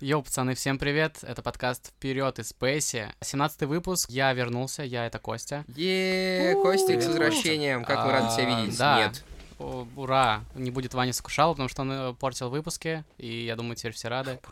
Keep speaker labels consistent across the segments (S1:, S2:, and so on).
S1: Йоу, пацаны, всем привет! Это подкаст «Вперед из Спейси». 17 выпуск. Я вернулся, я это Костя.
S2: Еее, Костик с возвращением, как мы рады тебя
S1: А,
S2: видеть.
S1: да.
S2: Нет.
S1: О, ура! Не будет Ваня Скушала, потому что он э, портил выпуски, и я думаю, теперь все рады.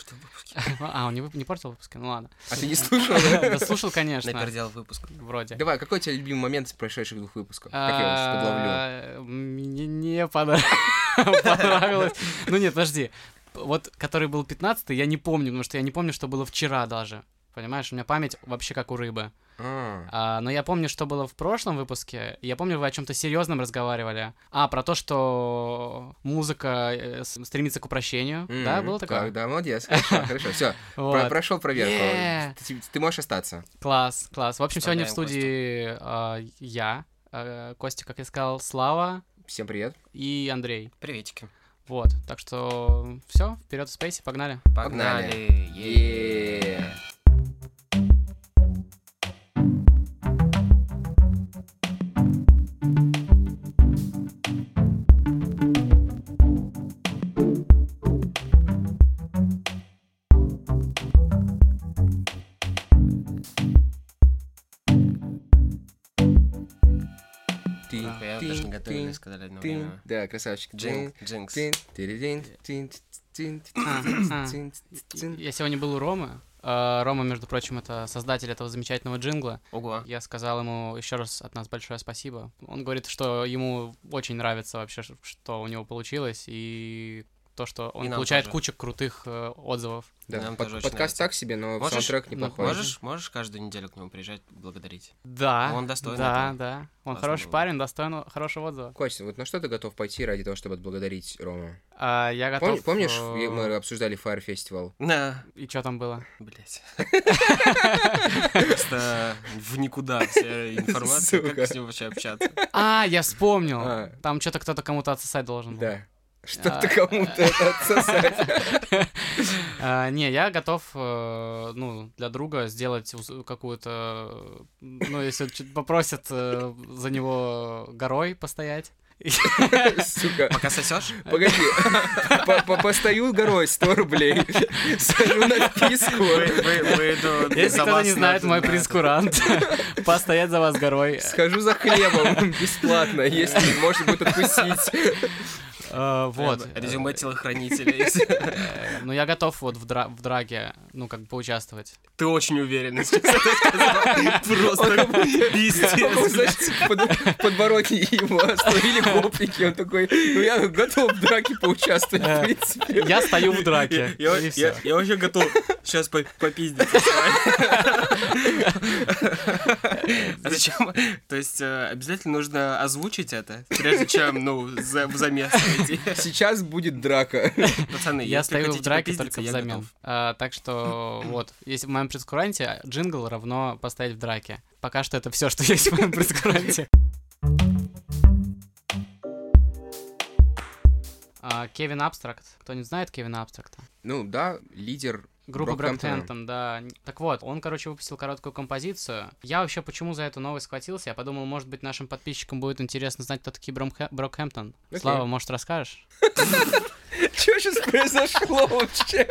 S1: А, он не вып- не портил выпуски? Ну ладно.
S2: А ты не слушал?
S1: Да слушал, конечно,
S3: Напердел выпуск.
S1: вроде.
S2: Давай, какой у тебя любимый момент из прошедших двух выпусков? Как я вас подловлю?
S1: А, Мне не пода- понравилось. Ну нет, подожди. Вот, который был 15 я не помню, потому что я не помню, что было вчера даже. Понимаешь, у меня память вообще как у рыбы.
S2: А,
S1: А, но я помню, что было в прошлом выпуске. Я помню, вы о чем-то серьезном разговаривали. А, про то, что музыка э, с- стремится к упрощению.
S2: А. м,
S1: Да, было такое?
S2: так, Да, молодец. Хорошо, хорошо. Все,
S1: Вот.
S2: прошел
S1: Е.
S2: проверку. Ты- Ты можешь остаться.
S1: Класс, класс. В общем, сегодня в
S3: Поздравляем
S1: студии а, я, а, Костя, как я сказал, Слава
S2: Всем привет.
S1: и Андрей.
S3: Приветики.
S1: Вот. Так что все, вперед в спейсе, погнали.
S2: Погнали.
S3: Погнали. Е.
S2: Е. Тин,
S3: Я
S2: тин,
S3: даже не готовили,
S2: тин,
S3: сказали
S2: тин.
S3: одновременно.
S2: Да, красавчик.
S3: Джинк, джинкс.
S2: Тин, тиридин, тин, тин, тин,
S1: А,
S2: тин, тин.
S1: Я сегодня был у Ромы. А, Рома, между прочим, это создатель этого замечательного джингла.
S3: Ого.
S1: Я сказал ему еще раз от нас большое спасибо. Он говорит, что ему очень нравится вообще, ш- что у него получилось, и то, что он
S3: И нам
S1: получает
S3: тоже.
S1: кучу крутых э, отзывов.
S2: Да,
S3: Нам
S2: под-
S3: тоже очень
S2: подкаст
S3: нравится.
S2: так себе, но
S3: Можешь?
S2: саундтрек неплохой.
S3: Можешь, можешь каждую неделю к нему приезжать, благодарить.
S1: Да.
S3: Ну, он достоин
S1: Да,
S3: этого.
S1: да. Он
S3: Классно
S1: хороший
S3: было.
S1: парень, достоин хорошего отзыва.
S2: Костя, вот на что ты готов пойти ради того, чтобы отблагодарить Рому?
S1: А, я готов.
S2: Пом- Помнишь,
S1: э,
S2: в- мы обсуждали Fire Festival?
S3: На,
S1: И что там было?
S3: блять. Просто в никуда вся информация,
S2: Сука.
S3: как с ним вообще общаться.
S1: А, я вспомнил.
S2: А.
S1: Там что-то кто-то кому-то отсосать должен был.
S2: Да. Что-то кому-то отсосать.
S1: А, не, я готов, э, ну, для друга сделать уз- какую-то, э, ну, если чё- попросят э, за него горой постоять.
S2: Сука.
S3: Пока сосешь?
S2: Погоди, По- по- постою горой 100 рублей, сажу на вписку, ну,
S3: Выйду
S1: Если
S3: за
S1: кто-то
S3: вас
S1: не знает,
S3: нахуй,
S1: мой
S3: да.
S1: прескурант постоять за вас горой.
S2: схожу за хлебом бесплатно, если может будет откусить.
S1: Э, Вот.
S3: Резюме телохранителя. если-
S1: Э, Ну, я готов вот в дра- в драге, ну, как бы поучаствовать.
S3: Ты очень уверенно сейчас это сказал. Просто
S2: Он,
S3: пиздец.
S2: знаешь, под- подбородки его остановили гопники, он такой, ну я готов в драке поучаствовать, в принципе.
S1: Я стою в драке.
S3: Я,
S1: и
S3: я-
S1: всё.
S3: я вообще готов сейчас по попиздиться. А зачем? То есть э, обязательно нужно озвучить это, прежде чем, ну, за- в замес пойти.
S2: Сейчас будет драка.
S3: Пацаны,
S1: Я
S3: если
S1: стою в
S3: хотите
S1: драке
S3: попиздиться,
S1: только
S3: я
S1: взамен.
S3: готов.
S1: А, так что вот, если в моем прескуранте э, джингл равно поставить в драке. Пока что это все, что есть в моем прескуранте. А, Кевин Абстракт. Кто не знает Кевина Абстракта?
S2: Ну да, лидер
S1: Группа
S2: Брэкхэмптона.
S1: Брэктентом, да. Так вот, он, короче, выпустил короткую композицию. Я вообще почему за эту новость схватился? Я подумал, может быть, нашим подписчикам будет интересно знать, кто такие Бромхэ- Брокхэмптон.
S2: Окей.
S1: Слава, может, расскажешь?
S2: Что сейчас произошло вообще?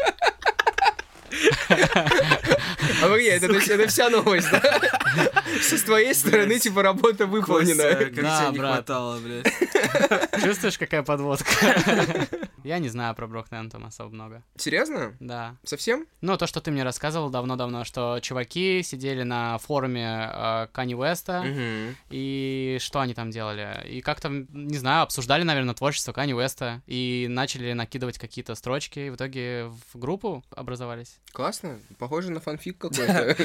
S2: А вы, это, то есть это вся новость, да? Со с твоей стороны, типа, работа
S3: Костя,
S2: выполнена.
S3: как
S1: Да,
S3: тебя э, не
S1: брат.
S3: хватало, блядь.
S1: Чувствуешь, какая подводка? Я не знаю про Брокхэмптон особо много.
S2: Серьезно?
S1: Да.
S2: Совсем?
S1: Ну, то, что ты мне рассказывал давно-давно, что чуваки сидели на форуме э, Кани Уэста, и что они там делали? И как-то, м, не знаю, обсуждали, наверное, творчество Кани Уэста, и начали накидывать какие-то строчки, и в итоге в группу образовались.
S2: Классно. Похоже на фанфик какой-то.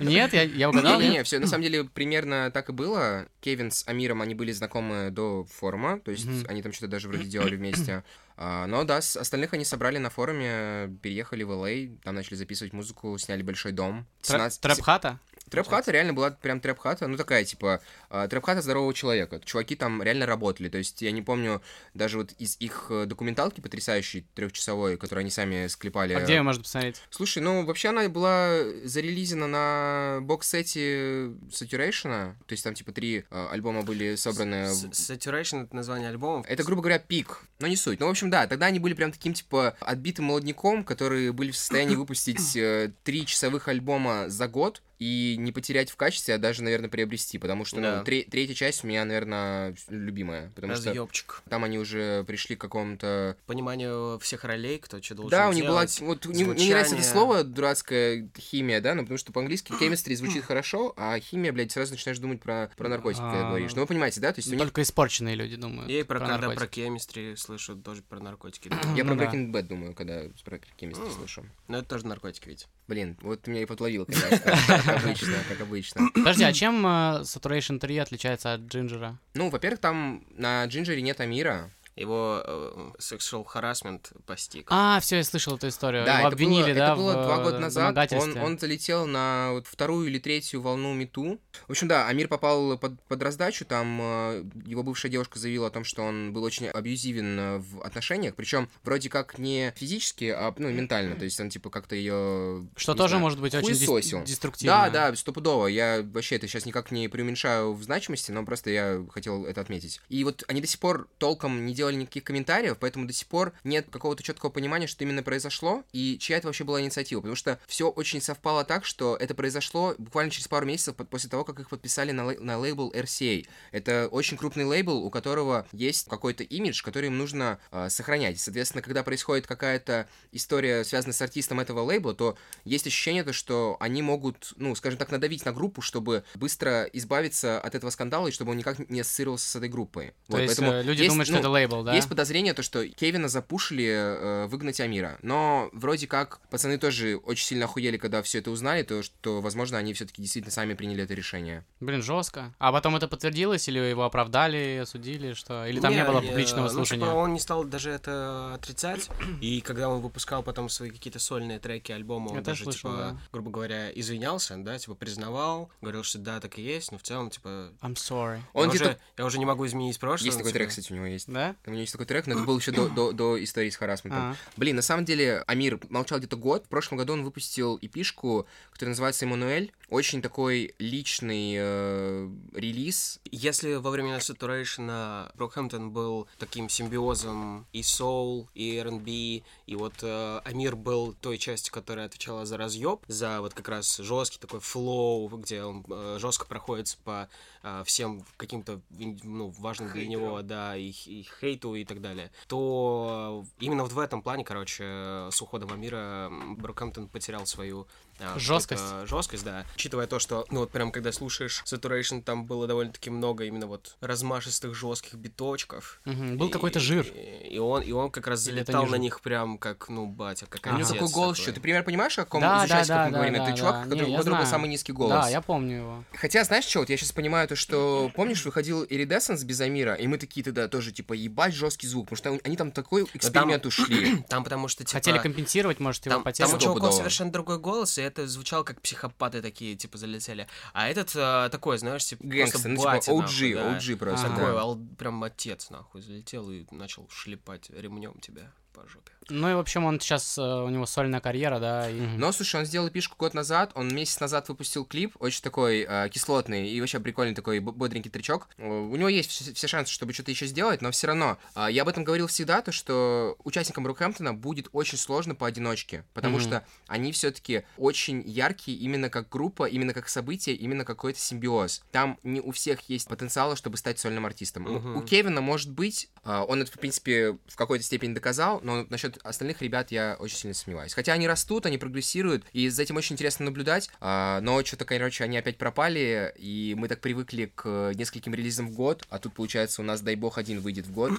S1: Нет, я, я угадал, нет?
S2: Не-не-не, все, на самом деле, примерно так и было. Кевин с Амиром, они были знакомы до форума, то есть
S1: Мгм.
S2: они там что-то даже вроде делали вместе. А, Но да, с остальных они собрали на А, форуме, переехали в Л.А., там начали записывать музыку, сняли большой дом.
S1: Тра-
S2: 17
S1: Трэп-хата?
S2: Трэп-хата реально была прям трэп-хата, ну такая, типа, а, трэп-хата здорового человека. Чуваки там реально работали, то есть я не помню, даже вот из их э, документалки потрясающей трехчасовой, которую они сами склепали.
S1: А где ее можно посмотреть?
S2: Слушай, ну вообще она была зарелизена на бокс-сете Saturation, то есть там типа три э, альбома были собраны.
S3: С-
S2: в-
S3: Saturation — это название альбомов.
S2: Это, грубо говоря, пик, но не суть. Ну, в общем, да, тогда они были прям таким, типа, отбитым молодняком, которые были в состоянии выпустить э, три часовых альбома за год и не потерять в качестве, а даже, наверное, приобрести, потому что, ну,
S3: Да.
S2: тре- третья часть у меня, наверное, любимая, потому что
S3: Разъебчик.
S2: там они уже пришли к какому-то...
S3: Пониманию всех ролей, кто что должен
S2: Да, у них была...
S3: делать.
S2: Вот, не- мне не нравится это
S3: звучание.
S2: слово, дурацкая химия, да, ну, потому что по-английски chemistry звучит хорошо, а химия, блядь, сразу начинаешь думать про, про наркотики, когда
S1: А.
S2: говоришь. Ну, вы понимаете, да? То есть у них...
S1: Только испорченные люди думают.
S3: Я и про, когда
S1: наркотики.
S3: про кемистри слышу, тоже про наркотики. думаю.
S2: Я
S1: Ну
S2: про
S1: да.
S2: Breaking Bad думаю, когда про chemistry слышу.
S3: Но это тоже наркотики ведь.
S2: Блин, вот ты меня и подловил, конечно, как обычно, как обычно.
S1: Подожди, а чем э, Saturation 3 отличается от Джинджера?
S2: Ну, во-первых, там на Джинджере нет Амира.
S3: Его э, сексуал харасмент постиг.
S1: А, все, я слышал эту историю.
S2: Да,
S1: Э, Его
S2: это было,
S1: обвинили,
S2: это
S1: да,
S2: было
S1: в,
S2: два
S1: э,
S2: года назад. Он,
S1: вымогательстве.
S2: он залетел на вот вторую или третью волну мету. В общем, да, Амир попал под, под раздачу. Там э, его бывшая девушка заявила о том, что он был очень абьюзивен э, в отношениях. Причем вроде как не физически, а ну, ментально. То есть он типа как-то ее...
S1: Что тоже может быть очень дес-
S2: хуесосил.
S1: деструктивно.
S2: Да, да, стопудово. Я вообще это сейчас никак не преуменьшаю в значимости, но просто я хотел это отметить. И вот они до сих пор толком не делали никаких комментариев, поэтому до сих пор нет какого-то четкого понимания, что именно произошло и чья это вообще была инициатива. Потому что все очень совпало так, что это произошло буквально через пару месяцев под- после того, как их подписали на, лей- на лейбл RCA. Это очень крупный лейбл, у которого есть какой-то имидж, который им нужно э, сохранять. Соответственно, когда происходит какая-то история, связанная с артистом этого лейбла, то есть ощущение, то, что они могут, ну, скажем так, надавить на группу, чтобы быстро избавиться от этого скандала, и чтобы он никак не ассоциировался с этой группой.
S1: То
S2: Вот,
S1: есть
S2: поэтому
S1: э, люди
S2: есть,
S1: думают, что
S2: ну,
S1: это лейбл, да?
S2: Есть подозрение, то, что Кевина запушили э, выгнать Амира. Но вроде как пацаны тоже очень сильно охуели, когда все это узнали, то что, возможно, они все-таки действительно сами приняли это решение.
S1: Блин, жестко. А потом это подтвердилось, или его оправдали, осудили, что? Или там не,
S3: Не,
S1: было
S3: не,
S1: публичного
S3: ну,
S1: слушания?
S3: типа, он не стал даже это отрицать. И когда он выпускал потом свои какие-то сольные треки, альбомы, он
S1: Я тоже
S3: даже,
S1: слышал,
S3: типа,
S1: да.
S3: грубо говоря, извинялся, да, типа, признавал, говорил, что да, так и есть, но в целом, типа,
S1: I'm sorry.
S2: Он
S3: я,
S2: где-то-
S3: уже, я уже не могу изменить прошлое.
S2: Есть
S3: ну,
S2: такой
S3: типа,
S2: трек, кстати, у него есть.
S1: Да?
S2: У него есть такой трек, но это был еще до, до, до истории с харасментом.
S1: А.
S2: Блин, на самом деле Амир молчал где-то год. В прошлом году он выпустил эпишку, которая называется «Эммануэль». Очень такой личный э, релиз.
S3: Если во времена Сатурейшена Брокхэмптон был таким симбиозом и соул, и R&B, и вот э, Амир был той частью, которая отвечала за разъеб, за вот как раз жесткий такой флоу, где он э, жестко проходится по э, всем каким-то ин- ну, важным для него, да, и, х- и хейту и так далее, то именно вот в этом плане, короче, э, с уходом Амира м, Брокхэмптон потерял свою а,
S1: Жёсткость.
S3: какую-то Жесткость, да. Учитывая то, что, ну вот прям когда слушаешь Saturation, там было довольно-таки много именно вот размашистых жестких биточков.
S1: Мгм, Был
S3: И-
S1: какой-то жир.
S3: И, и он, и он как раз
S1: Или это
S3: залетал
S1: не
S3: на
S1: жир?
S3: них прям как, ну, батя, как
S1: А,
S2: У него
S3: отец
S2: такой голос
S3: такой.
S2: еще. Ты пример понимаешь, о ком
S1: Да,
S2: из
S1: да,
S2: участников
S1: да,
S2: мы
S1: да,
S2: говорим? это
S1: да,
S2: чувак,
S1: да.
S2: у которого-
S1: Не,
S2: у
S1: я
S2: которого был
S1: знаю.
S2: самый низкий голос.
S1: Да, я помню его.
S2: Хотя, знаешь, что, вот я сейчас понимаю то, что, помнишь, выходил Iridescence без Амира, и мы такие тогда тоже, типа, ебать жесткий звук, потому что он- они там такой эксперимент ушли.
S3: Там потому что, типа...
S1: Хотели компенсировать, может, его
S3: Там,
S1: потерю.
S3: там у чувака
S2: Стопудово.
S3: совершенно другой голос, и это звучало как психопаты такие, типа, залетели. А этот э, такой, знаешь, типа,
S2: Гангстер,
S3: просто
S2: ну, типа,
S3: батя,
S2: OG,
S3: нахуй, да.
S2: OG просто.
S1: Ага.
S2: да.
S3: Такой, ал- прям отец, нахуй, залетел и начал шлепать ремнем тебя по жопе.
S1: Ну и, в общем, он сейчас, э, у него сольная карьера, да, и...
S2: Но, слушай, он сделал пишку год назад, он месяц назад выпустил клип, очень такой э, кислотный и вообще прикольный такой б- бодренький тречок. Э, У него есть все, все шансы, чтобы что-то еще сделать, но все равно, э, я об этом говорил всегда, то, что участникам Брукхэмптона будет очень сложно поодиночке, потому
S1: Мгм.
S2: что они все-таки очень яркие именно как группа, именно как событие, именно какой-то симбиоз. Там не у всех есть потенциала, чтобы стать сольным артистом. У-
S3: Мгм.
S2: У Кевина, может быть, а, он это, в принципе, в какой-то степени доказал, но насчет остальных ребят я очень сильно сомневаюсь. Хотя они растут, они прогрессируют, и за этим очень интересно наблюдать, а, но что-то, короче, они опять пропали, и мы так привыкли к э, нескольким релизам в год, а тут, получается, у нас, дай бог, один выйдет в год,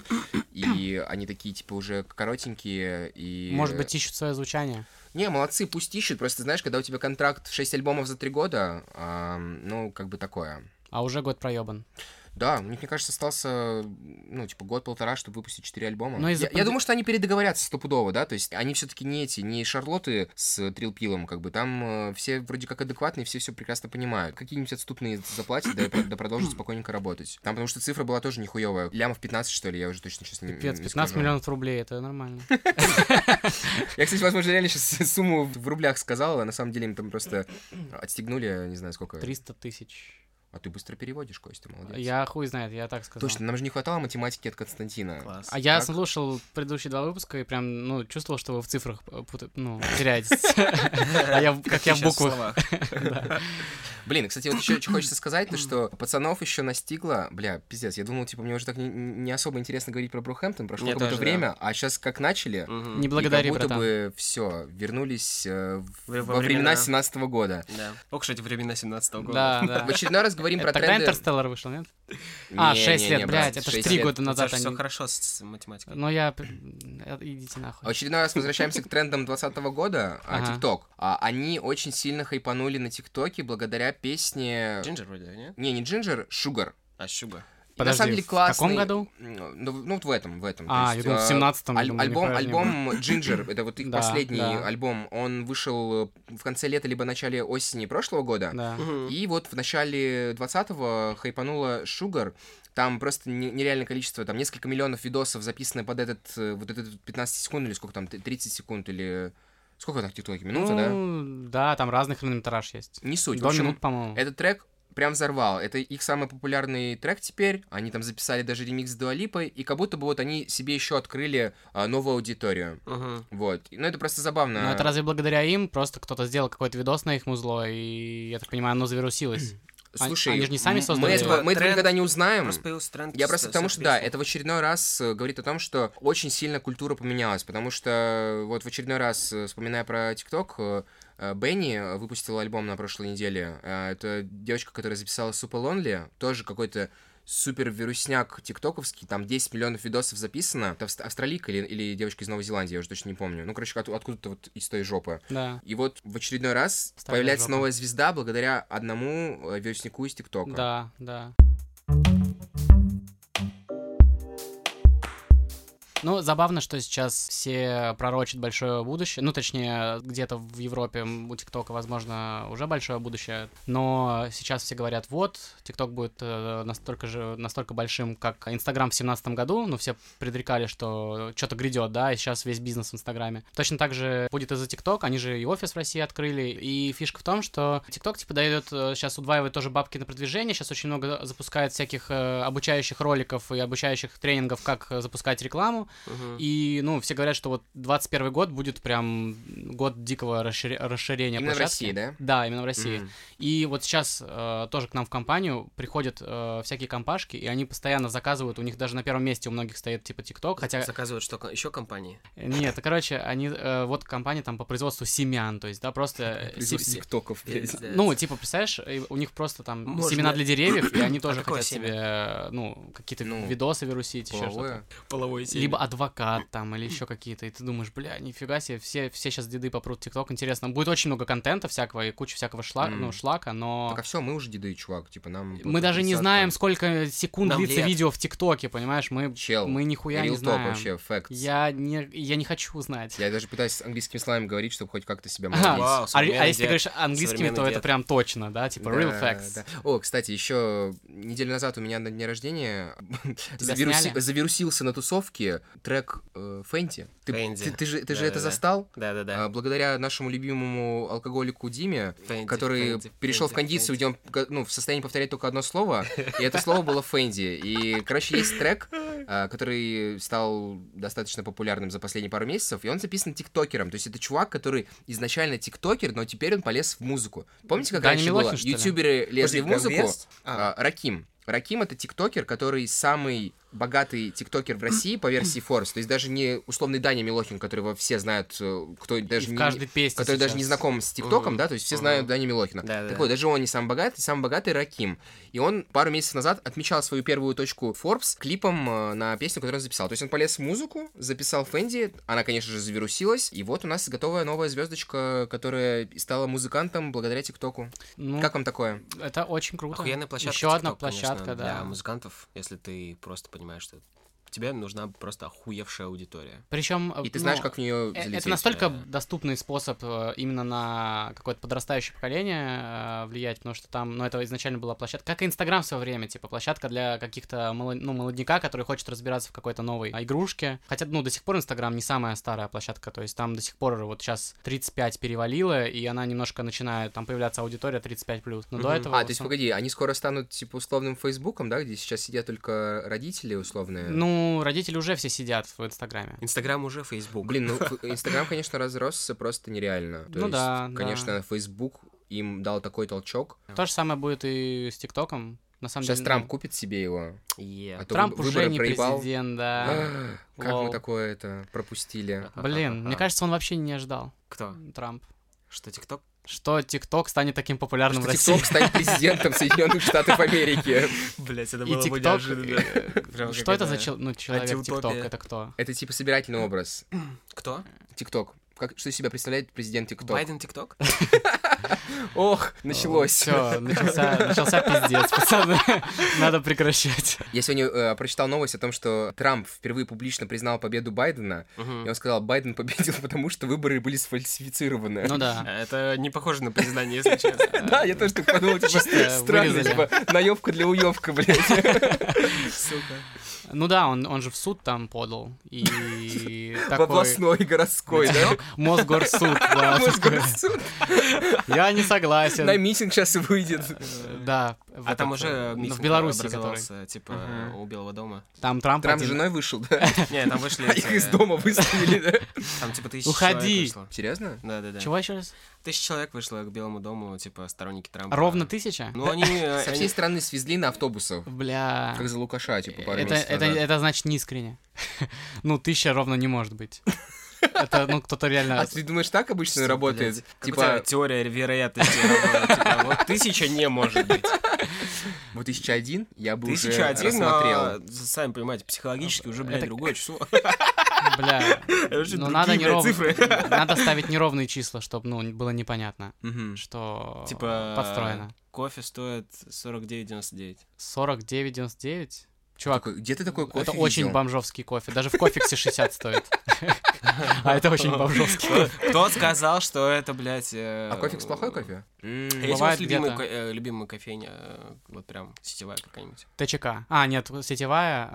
S2: и они такие, типа, уже коротенькие, и...
S1: Может быть, ищут свое звучание.
S2: Не, молодцы, пусть ищут, просто, знаешь, когда у тебя контракт 6 альбомов за 3 года, а, ну, как бы такое.
S1: А уже год проебан.
S2: Да, у них, мне кажется, остался, ну, типа, год-полтора, чтобы выпустить четыре альбома.
S1: Но
S2: я,
S1: из-за
S2: я
S1: панд-
S2: думаю, что они передоговорятся стопудово, да, то есть они все таки не эти, не Шарлоты с Трилпилом, как бы, там э, все вроде как адекватные, все все прекрасно понимают. Какие-нибудь отступные заплатят, да, и про- да продолжат спокойненько работать. Там, потому что цифра была тоже нихуевая. Лямов 15, что ли, я уже точно сейчас не, не
S1: Пипец,
S2: скажу.
S1: 15 миллионов рублей, это нормально.
S2: Я, кстати, возможно, реально сейчас сумму в рублях сказал, а на самом деле им там просто отстегнули, не знаю, сколько.
S1: 300 тысяч.
S2: А ты быстро переводишь, Костя, молодец.
S1: Я хуй знает, я так сказал.
S2: Точно, нам же не хватало математики от Константина.
S3: Класс.
S1: А я
S2: Так.
S1: слушал предыдущие два выпуска и прям, ну, чувствовал, что вы в цифрах э, пута- ну, теряетесь. А я, в- как я в
S3: Сейчас
S1: буквах.
S3: словах.
S2: Блин, кстати, вот еще что хочется сказать, то что пацанов еще настигло. Бля, пиздец, я думал, типа, мне уже так не, не особо интересно говорить про Брухэмптон, прошло
S3: Мне
S2: какое-то
S3: тоже, да.
S2: время, а сейчас как начали,
S3: Мгм.
S1: Не благодари,
S2: и как будто
S1: братан.
S2: бы все, вернулись э, в-
S3: Во- во
S2: во времена
S3: времена.
S2: 17 года.
S3: Да. Ох, кстати, времена 17 года.
S1: Да, да.
S2: В очередной раз говорим
S1: Это
S2: про
S1: Тогда
S2: тренды.
S1: Интерстеллар вышел, нет? А,
S2: Не,
S1: 6
S2: не,
S1: лет,
S2: не,
S1: блядь,
S2: брат,
S1: это ж
S2: шесть
S1: 3
S2: лет.
S1: года назад
S3: все
S1: они...
S3: хорошо с математикой.
S1: Ну я... п- э, Идите
S2: В
S1: нахуй.
S2: очередной раз А возвращаемся к трендам 2020 года, а,
S1: Ага.
S2: ТикТок. А, они очень сильно хайпанули на ТикТоке благодаря песне...
S3: Джинджер вроде, не?
S2: Не, не Джинджер, Шугар.
S3: А Щуба.
S2: И на самом
S1: Подожди,
S2: деле
S1: в каком
S2: классный-
S1: году?
S2: Ну, в- ну, вот в этом, в этом. То
S1: А, я
S2: есть,
S1: думал, в
S2: э,
S1: 17-м.
S2: аль-
S1: думаю,
S2: альбом,
S1: нихуя не было.
S2: альбом Ginger, это вот их
S1: Да,
S2: последний
S1: да.
S2: альбом, он вышел э, в конце лета либо начале осени прошлого года.
S1: Да.
S2: И вот в начале 20-го хайпанула Sugar. Там просто не- нереальное количество, там несколько миллионов видосов записано под этот, э, вот этот 15 секунд или сколько там, т- 30 секунд или... Сколько там в ТикТоке? Минута, да?
S1: Ну, да, там разный хронометраж есть.
S2: Не суть. В
S1: До
S2: общем,
S1: минут, по-моему.
S2: этот трек прям взорвал. Это их самый популярный трек теперь. Они там записали даже ремикс с Дуалипой, и как будто бы вот они себе еще открыли а, новую аудиторию.
S3: Мгм.
S2: Вот. Ну, это просто забавно.
S1: Но это разве благодаря им? Просто кто-то сделал какой-то видос на их музло, и, я так понимаю, оно завирусилось. они- а,
S2: Слушай,
S1: они же не сами
S2: м-
S1: создали
S2: Мы этого,
S3: его.
S2: мы этого
S3: Тренд
S2: никогда не узнаем.
S3: Эм, Просто появился тренд.
S2: Я
S3: с-
S2: просто
S3: с
S2: потому
S3: этой
S2: что, да,
S3: песней.
S2: это в очередной раз э, говорит о том, что очень сильно культура поменялась, потому что вот в очередной раз, э, вспоминая про ТикТок, э, э, Бенни выпустила альбом на прошлой неделе. Э, Это девочка, которая записала Super Lonely, тоже какой-то супер вирусняк тиктоковский, там 10 миллионов видосов записано. Это авст- австралийка или, или девочка из Новой Зеландии, я уже точно не помню. Ну, короче, от- откуда-то вот из той жопы.
S1: Да.
S2: И вот в очередной раз
S1: Старая
S2: появляется
S1: жопа.
S2: новая звезда благодаря одному э, вируснику из ТикТока.
S1: Да, да. Ну, забавно, что сейчас все пророчат большое будущее. Ну, точнее, где-то в Европе м, у ТикТока, возможно, уже большое будущее. Но сейчас все говорят, вот, ТикТок будет э, настолько же, настолько большим, как Инстаграм в семнадцатом году. Ну, все предрекали, что что-то грядет, да, и сейчас весь бизнес в Инстаграме. Точно так же будет из-за ТикТок, они же и офис в России открыли. И фишка в том, что ТикТок, типа, дает, сейчас удваивает тоже бабки на продвижение, сейчас очень много запускает всяких э, обучающих роликов и обучающих тренингов, как э, запускать рекламу.
S3: Мгм.
S1: И, ну, все говорят, что вот 21 год будет прям год дикого расшире- расширения
S2: Именно в
S1: площадки.
S2: России,
S3: Э,
S2: да?
S1: Да, именно в России.
S2: Мгм.
S1: И вот сейчас э, тоже к нам в компанию приходят э, всякие компашки, и они постоянно заказывают, у них даже на первом месте у многих стоит типа ТикТок, хотя... э,
S3: Заказывают что еще компании.
S1: Нет, короче, они... э, вот компания там по производству семян, то есть, да, просто... э,
S2: Призыв
S1: се-
S2: тиктоков, блядь.
S1: се- Ну, типа, представляешь, э, у них просто там
S3: Можно-
S1: семена для деревьев, и они тоже
S3: какое
S1: хотят
S3: семя?
S1: себе, э, ну, какие-то
S2: Ну,
S1: видосы вирусить, еще что-то.
S2: Половое.
S3: Половой
S1: Либо адвокат там, или еще какие-то. И ты думаешь, бля, нифига себе, все, все сейчас деды попрут ТикТок. Интересно, будет очень много контента всякого и куча всякого шла...
S2: Мгм.
S1: ну, шлака, но...
S2: Так а все, мы уже деды, чувак, типа нам...
S1: Мы даже не
S2: 30-ка.
S1: знаем, сколько секунд
S3: Нам
S1: длится
S3: лет.
S1: видео в ТикТоке, понимаешь? Мы,
S2: Чел,
S1: мы нихуя
S2: real
S1: не
S2: talk
S1: знаем.
S2: вообще, факт. Я...
S1: Я не, я не хочу знать.
S2: даже пытаюсь английскими словами говорить, чтобы хоть как-то себя
S1: Ага.
S2: молодить.
S3: Вау,
S1: а, ре- а
S3: современный
S1: если ты
S3: дед.
S1: говоришь английскими, то
S3: Современный
S1: это
S3: дед.
S1: прям точно, да? Типа
S2: Да,
S1: real facts.
S2: да. О, кстати, еще неделю назад у меня на дне рождения
S1: Тебя
S2: завируси-
S1: сняли?
S2: завирусился на тусовке трек э, Фэнти. Ты,
S3: Фэнди.
S2: ты- ты же, ты же это
S3: Да-да-да.
S2: застал?
S3: Да-да-да.
S2: А, благодаря нашему любимому алкоголику Диме,
S3: Фэнди,
S2: который
S3: Фэнди,
S2: перешел в
S3: Фэнди,
S2: кондицию,
S3: Фэнди.
S2: где он г- ну, в состоянии повторять только одно слово, и это слово было Фэнди. И, короче, есть трек, а, который стал достаточно популярным за последние пару месяцев, и он записан тиктокером. То есть это чувак, который изначально тиктокер, но теперь он полез в музыку. Помните, как
S1: Даня
S2: раньше
S1: Милохин,
S2: было?
S1: что ли?
S2: Ютуберы лезли
S3: Подожди,
S2: в музыку.
S3: Ганвест? А,
S2: А, Раким. Раким это тиктокер, который самый богатый тиктокер в России по версии Forbes, то есть даже не условный Даня Милохин, которого все знают, э, кто даже не,
S1: каждой песне
S2: который даже не
S1: сейчас.
S2: знаком с ТикТоком,
S3: Мгм.
S2: да, то есть все
S3: Мгм.
S2: знают Дани Милохина.
S3: Да-да-да.
S2: Так вот, даже он не самый богатый, самый богатый Раким. И он пару месяцев назад отмечал свою первую точку Forbes клипом э, на песню, которую он записал. То есть он полез в музыку, записал Фэнди, она, конечно же, завирусилась, и вот у нас готовая новая звездочка, которая и стала музыкантом благодаря ТикТоку.
S1: Ну,
S2: Как вам такое?
S1: это очень
S2: А.
S1: круто.
S3: Охуенная площадка.
S1: Еще одна
S3: TikTok, конечно,
S1: площадка, да.
S3: Для музыкантов, если ты просто понимаешь, что тебе нужна просто охуевшая аудитория.
S1: Причем...
S2: И ты знаешь, как в нее
S1: Э,
S2: залететь. А,
S1: Это настолько
S3: да.
S1: доступный способ э, именно на какое-то подрастающее поколение э, влиять, потому что там, ну, это изначально была площадка, как и Инстаграм в свое время, типа, площадка для каких-то, мало- ну, молодняка, который хочет разбираться в какой-то новой а, игрушке. Хотя, ну, до сих пор Инстаграм не самая старая площадка, то есть там до сих пор вот сейчас 35 перевалило, и она немножко начинает, там появляться аудитория 35+. Но до
S3: Мгм.
S1: этого...
S2: А,
S1: в
S2: то есть,
S1: основном-
S2: погоди, они скоро станут, типа, условным Фейсбуком, да, где сейчас сидят только родители условные?
S1: Ну, родители уже все сидят в Инстаграме.
S3: Инстаграм уже, Фейсбук.
S2: Блин, ну, ф- Инстаграм, конечно, разросся просто нереально. То
S1: Ну
S2: есть,
S1: да, да.
S2: Конечно, Фейсбук им дал такой толчок.
S1: То же самое будет и с ТикТоком. На самом
S2: Сейчас
S1: деле,
S2: Трамп
S1: ну,
S2: купит себе его.
S3: Е.
S2: А то
S1: Трамп
S2: выборы
S1: уже не
S2: проебал. А.
S1: президент, да.
S2: Ах, Как мы
S1: Лол.
S2: такое это пропустили?
S1: Блин, мне кажется, он вообще не ожидал,
S3: Кто?
S1: Трамп.
S3: Что, ТикТок?
S1: Что ТикТок станет таким популярным в
S2: Что
S1: России.
S2: ТикТок станет президентом Соединенных Штатов Америки.
S3: Блять, это
S1: И ТикТок... э, Что это за чел- ну, человек
S3: антиутопия.
S1: ТикТок? Это кто?
S2: Это типа собирательный образ.
S3: Кто?
S2: ТикТок. Как, что из себя представляет президент ТикТок?
S3: Байден ТикТок?
S2: Ох, началось.
S1: Все, начался, начался пиздец, пацаны. Надо прекращать.
S2: Я сегодня э, прочитал новость о том, что Трамп впервые публично признал победу Байдена. И он сказал, Байден победил, потому что выборы были сфальсифицированы.
S1: Ну да.
S3: Это не похоже на признание, если честно.
S2: Да, я тоже так подумал, типа,
S1: Чисто
S2: странно,
S1: вырезали.
S2: типа, наевка для уевка, блядь.
S3: Сука.
S1: Ну да, он, он же в суд там подал. И
S2: В
S1: такой...
S2: областной, городской, да?
S1: Мосгорсуд. да, такой,
S2: Мосгорсуд.
S1: Я не
S2: На
S1: согласен.
S2: митинг сейчас выйдет.
S1: Э, Да. в
S3: А там
S1: этот,
S3: уже
S1: э,
S3: митинг
S1: В Беларуси, который.
S3: образовался, типа,
S2: Мгм.
S3: у Белого дома.
S1: Там Трамп
S2: Трамп с
S1: один.
S2: женой вышел, да?
S3: Не, там вышли...
S2: А их
S3: эти-
S2: из дома выставили, да?
S3: Там, типа, тысяча
S1: Уходи.
S3: человек вышло.
S2: Серьезно?
S3: Да-да-да.
S1: Чего еще раз?
S3: Тысяча человек вышло к Белому дому, типа, сторонники Трампа.
S1: Ровно тысяча?
S3: Ну, они... э,
S2: Со
S3: они-
S2: всей страны свезли на автобусах.
S1: Бля.
S2: Как за Лукаша, типа, пару
S1: Э, это,
S2: месяцев
S1: это,
S2: назад.
S1: это значит не искренне. Ну, тысяча ровно не может быть. Это, ну, кто-то реально...
S2: А ты думаешь, так обычно
S3: Всё,
S2: работает?
S3: блядь. Как у тебя
S2: Типа,
S3: теория вероятности работает? Типа, вот тысяча не может быть.
S2: вот 1001 я бы уже
S3: Тысяча один,
S2: рассмотрел.
S1: а,
S3: но, сами понимаете, психологически уже, блядь,
S1: Ну, Это-
S3: другое число.
S1: Бля,
S3: Это вообще
S1: ну
S3: другие,
S1: надо
S3: блядь,
S1: неровно...
S3: цифры.
S1: Надо ставить неровные числа, чтобы, ну, было непонятно,
S2: Мгм.
S1: что
S3: Типа...
S1: подстроено.
S3: Кофе стоит 49,99.
S1: 49,99? Чувак,
S2: Такой, Где ты такой кофе
S1: это очень А
S2: видел?
S1: бомжовский кофе. Даже в кофиксе 60 стоит. А это очень бомжовский.
S3: Кто- Кто сказал, что это, блядь... э,
S2: А кофе с плохой кофе?
S3: А
S2: М.
S1: Бывает
S3: Есть у вас любимый
S1: где-то.
S3: ко- э, любимая кофейня, э, вот прям сетевая какая-нибудь?
S1: ТЧК. А, нет, сетевая.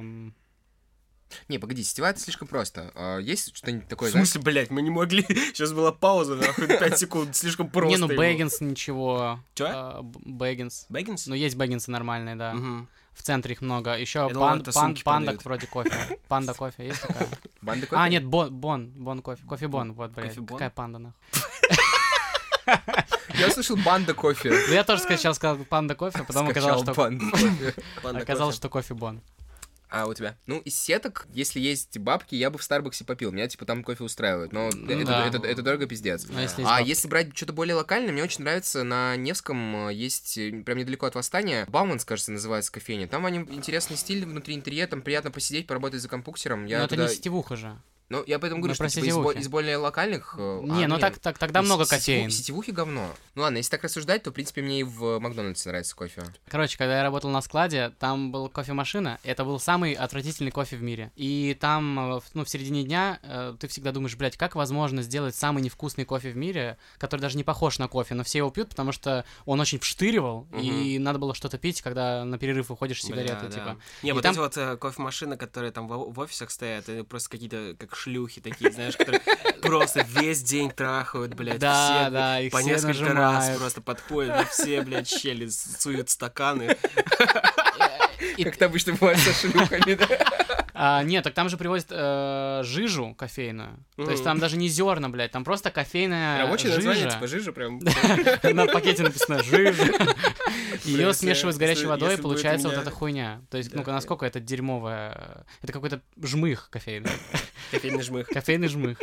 S1: эм,
S2: Не, погоди, сетевая это слишком просто. А, Есть что-нибудь такое,
S3: в
S2: знаешь,
S3: смысле, блядь, мы не могли. Сейчас была пауза, нахуй, 5 секунд, слишком просто.
S1: Не, ну,
S3: ему.
S1: Бэггинс ничего.
S3: Чё?
S1: Э, Б- Бэггинс.
S3: Бэггинс?
S1: Ну, есть Бэггинсы нормальные, да.
S3: Мгм.
S1: В центре их много. Еще
S3: Я думал, это сумки
S1: пандак
S3: продают.
S1: вроде кофе. Панда кофе есть такая?
S2: банда кофе?
S1: А, нет, бон, бон, бон кофе. Кофе бон, вот, блядь.
S3: Кофе-бон?
S1: Какая панда, нахуй.
S2: Я услышал банда кофе.
S1: Ну, Я тоже сначала сказал панда кофе, а потом оказалось,
S2: Скачал
S1: что...
S2: «Банда кофе».
S3: Панда
S1: Оказалось,
S3: кофе.
S1: что кофе бон.
S2: А у тебя? Ну, из сеток, если есть бабки, я бы в Старбаксе попил. Меня, типа, там кофе устраивает. Но это,
S1: да.
S2: это, это дорого пиздец.
S1: Но если есть
S2: А
S1: бабки.
S2: если брать что-то более локальное, мне очень нравится на Невском э, есть э, прям недалеко от Восстания. Бауманс, кажется, называется кофейня. Там они интересный стиль внутри интерьера, там приятно посидеть, поработать за компьютером. Я
S1: Но это
S2: туда-
S1: не сетевуха же.
S2: Ну, я поэтому
S1: Ну,
S2: говорю, что
S1: про
S2: типа, из, бо-
S1: сетевухи.
S2: из более локальных... э,
S1: Не,
S2: а,
S1: ну так, так тогда
S2: Ну,
S1: много
S2: с- сетеву-
S1: кофеин.
S2: Сетевухи говно. Ну ладно, если так рассуждать, то, в принципе, мне и в Макдональдсе нравится кофе.
S1: Короче, когда я работал на складе, там была кофемашина. Это был самый отвратительный кофе в мире. И там, э, в- ну, в середине дня э, ты всегда думаешь, блядь, как возможно сделать самый невкусный кофе в мире, который даже не похож на кофе, но все его пьют, потому что он очень вштыривал, и надо было что-то пить, когда на перерыв выходишь сигареты,
S3: Бля, да.
S1: типа.
S3: Не,
S1: И
S3: вот
S1: там-
S3: эти вот э, кофемашины, которые там в, в офисах стоят, это просто какие-то как шлюхи такие, знаешь, которые просто весь день трахают, блядь,
S1: Да,
S3: всех,
S1: да,
S3: блядь,
S1: их
S3: по
S1: все
S3: несколько раз
S1: нажимают.
S3: просто подходят, во все, блядь, щели с- суют стаканы.
S1: И-
S2: Как-то обычно бывает со шлюхами, да?
S1: А, нет, так там же привозят э, жижу кофейную. То есть
S3: Мгм.
S1: там даже не зерна, блядь, там просто кофейная
S3: Рабочее
S1: А, жижа.
S3: название, типа жижа прям.
S1: На пакете написано жижа.
S3: если-
S1: Ее смешивают с горячей
S3: если-
S1: водой, и
S3: если будет у
S1: получается вот
S3: меня-
S1: эта хуйня. То есть, ну
S3: Да.
S1: насколько это дерьмовое... э, Это какой-то жмых кофейный.
S3: Кофейный жмых.
S1: Кофейный жмых.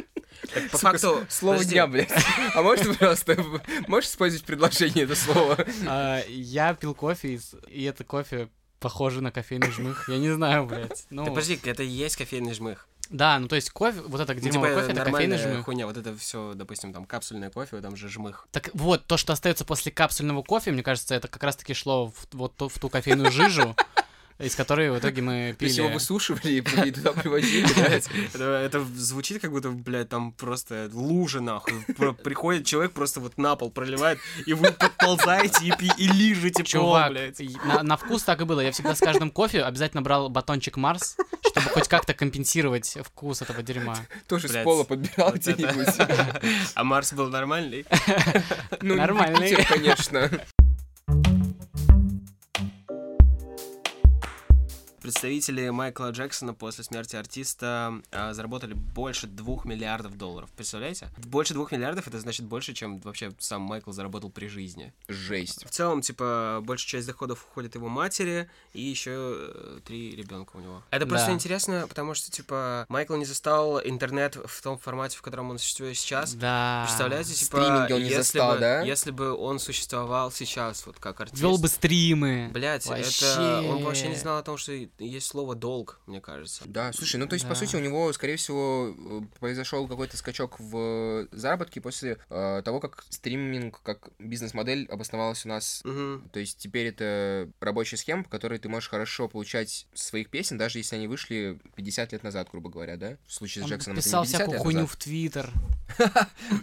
S2: Сука,
S3: По факту...
S2: Слово
S3: подожди.
S2: дня, блядь. А можешь, пожалуйста, можешь использовать предложение это слово?
S1: А, Я пил кофе, из- и это кофе похоже на кофейный жмых. Я не знаю, блядь.
S3: Да
S1: Ну,
S3: подожди, это и есть кофейный жмых.
S1: да, ну то есть кофе, вот это
S3: Ну,
S1: дерьмовое кофе, это кофейный жмых.
S3: хуйня. Вот это все, допустим, там капсульное кофе, там же жмых.
S1: Так вот, то, что остается после капсульного кофе, мне кажется, это как раз-таки шло в, вот ту, в ту кофейную жижу, из которой в итоге мы
S2: Если его
S1: пили.
S2: высушивали и и туда привозили, блядь.
S3: Блядь, это, это звучит как будто, блядь, там просто лужа, нахуй. Про- Приходит человек, просто вот на пол проливает, и вы подползаете и, пи- и лижете пол,
S1: Чувак,
S3: блядь.
S1: и на, на вкус так и было. Я всегда с каждым кофе обязательно брал батончик Марс, чтобы хоть как-то компенсировать вкус этого дерьма.
S2: Тоже с
S3: Блядь.
S2: пола подбирал
S3: Вот это.
S2: где-нибудь.
S3: А Марс был нормальный.
S2: Ну, не
S1: Нормальный.
S2: Питер, конечно.
S3: Представители Майкла Джексона после смерти артиста а, заработали больше двух миллиардов долларов. Представляете? Больше двух миллиардов это значит больше, чем вообще сам Майкл заработал при жизни.
S2: Жесть.
S3: В целом, типа, большая часть доходов уходит его матери и еще э, три ребенка у него. Это просто
S1: Да.
S3: интересно, потому что, типа, Майкл не застал интернет в том формате, в котором он существует сейчас.
S1: Да.
S3: Представляете, типа,
S2: Стриминги он не
S3: если,
S2: застал,
S3: бы,
S2: да?
S3: если бы он существовал сейчас, вот как артист.
S1: Вел бы стримы.
S3: Блять, это
S1: Вообще.
S3: он вообще не знал о том, что есть слово долг, мне кажется.
S2: Да, слушай, ну то есть, по
S1: Да.
S2: сути, у него, скорее всего, э, произошел какой-то скачок в заработке после э, того, как стриминг как бизнес-модель обосновалась у нас.
S3: Мгм.
S2: То есть теперь это рабочая схема, по которой ты можешь хорошо получать с своих песен, даже если они вышли 50 лет назад, грубо говоря, да? В случае с
S1: Он
S2: Джексоном это не
S1: писал
S2: 50
S1: всякую
S2: лет
S1: хуйню
S2: назад.
S1: в Твиттер.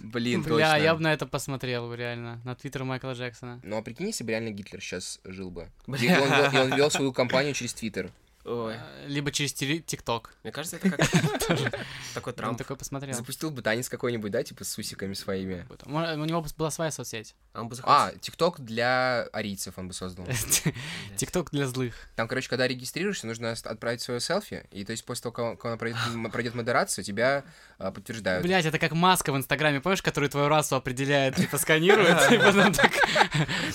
S2: Блин,
S1: Бля, я бы
S2: точно.
S1: на это посмотрел, бы реально. На Твиттер Майкла Джексона.
S2: Ну а прикинь, если бы реально Гитлер сейчас жил бы. И он, вел, и он вел свою компанию через Твиттер.
S3: Ой.
S1: Э, Либо через теле- ТикТок.
S3: Мне кажется, это как такой
S1: Он
S3: Трамп.
S1: такой посмотрел.
S2: Запустил бы танец какой-нибудь, да, типа с усиками своими.
S1: Мо- У него была своя соцсеть.
S3: Он бы захотел-
S2: А, ТикТок для арийцев он бы создал.
S1: ТикТок для злых.
S2: Там, короче, когда регистрируешься, нужно ост- отправить свое селфи, и то есть после того, как он пройдет, м- пройдет модерацию, тебя а, подтверждают.
S1: Блять, это как маска в Инстаграме, помнишь, которую твою расу определяет, типа сканирует, и потом так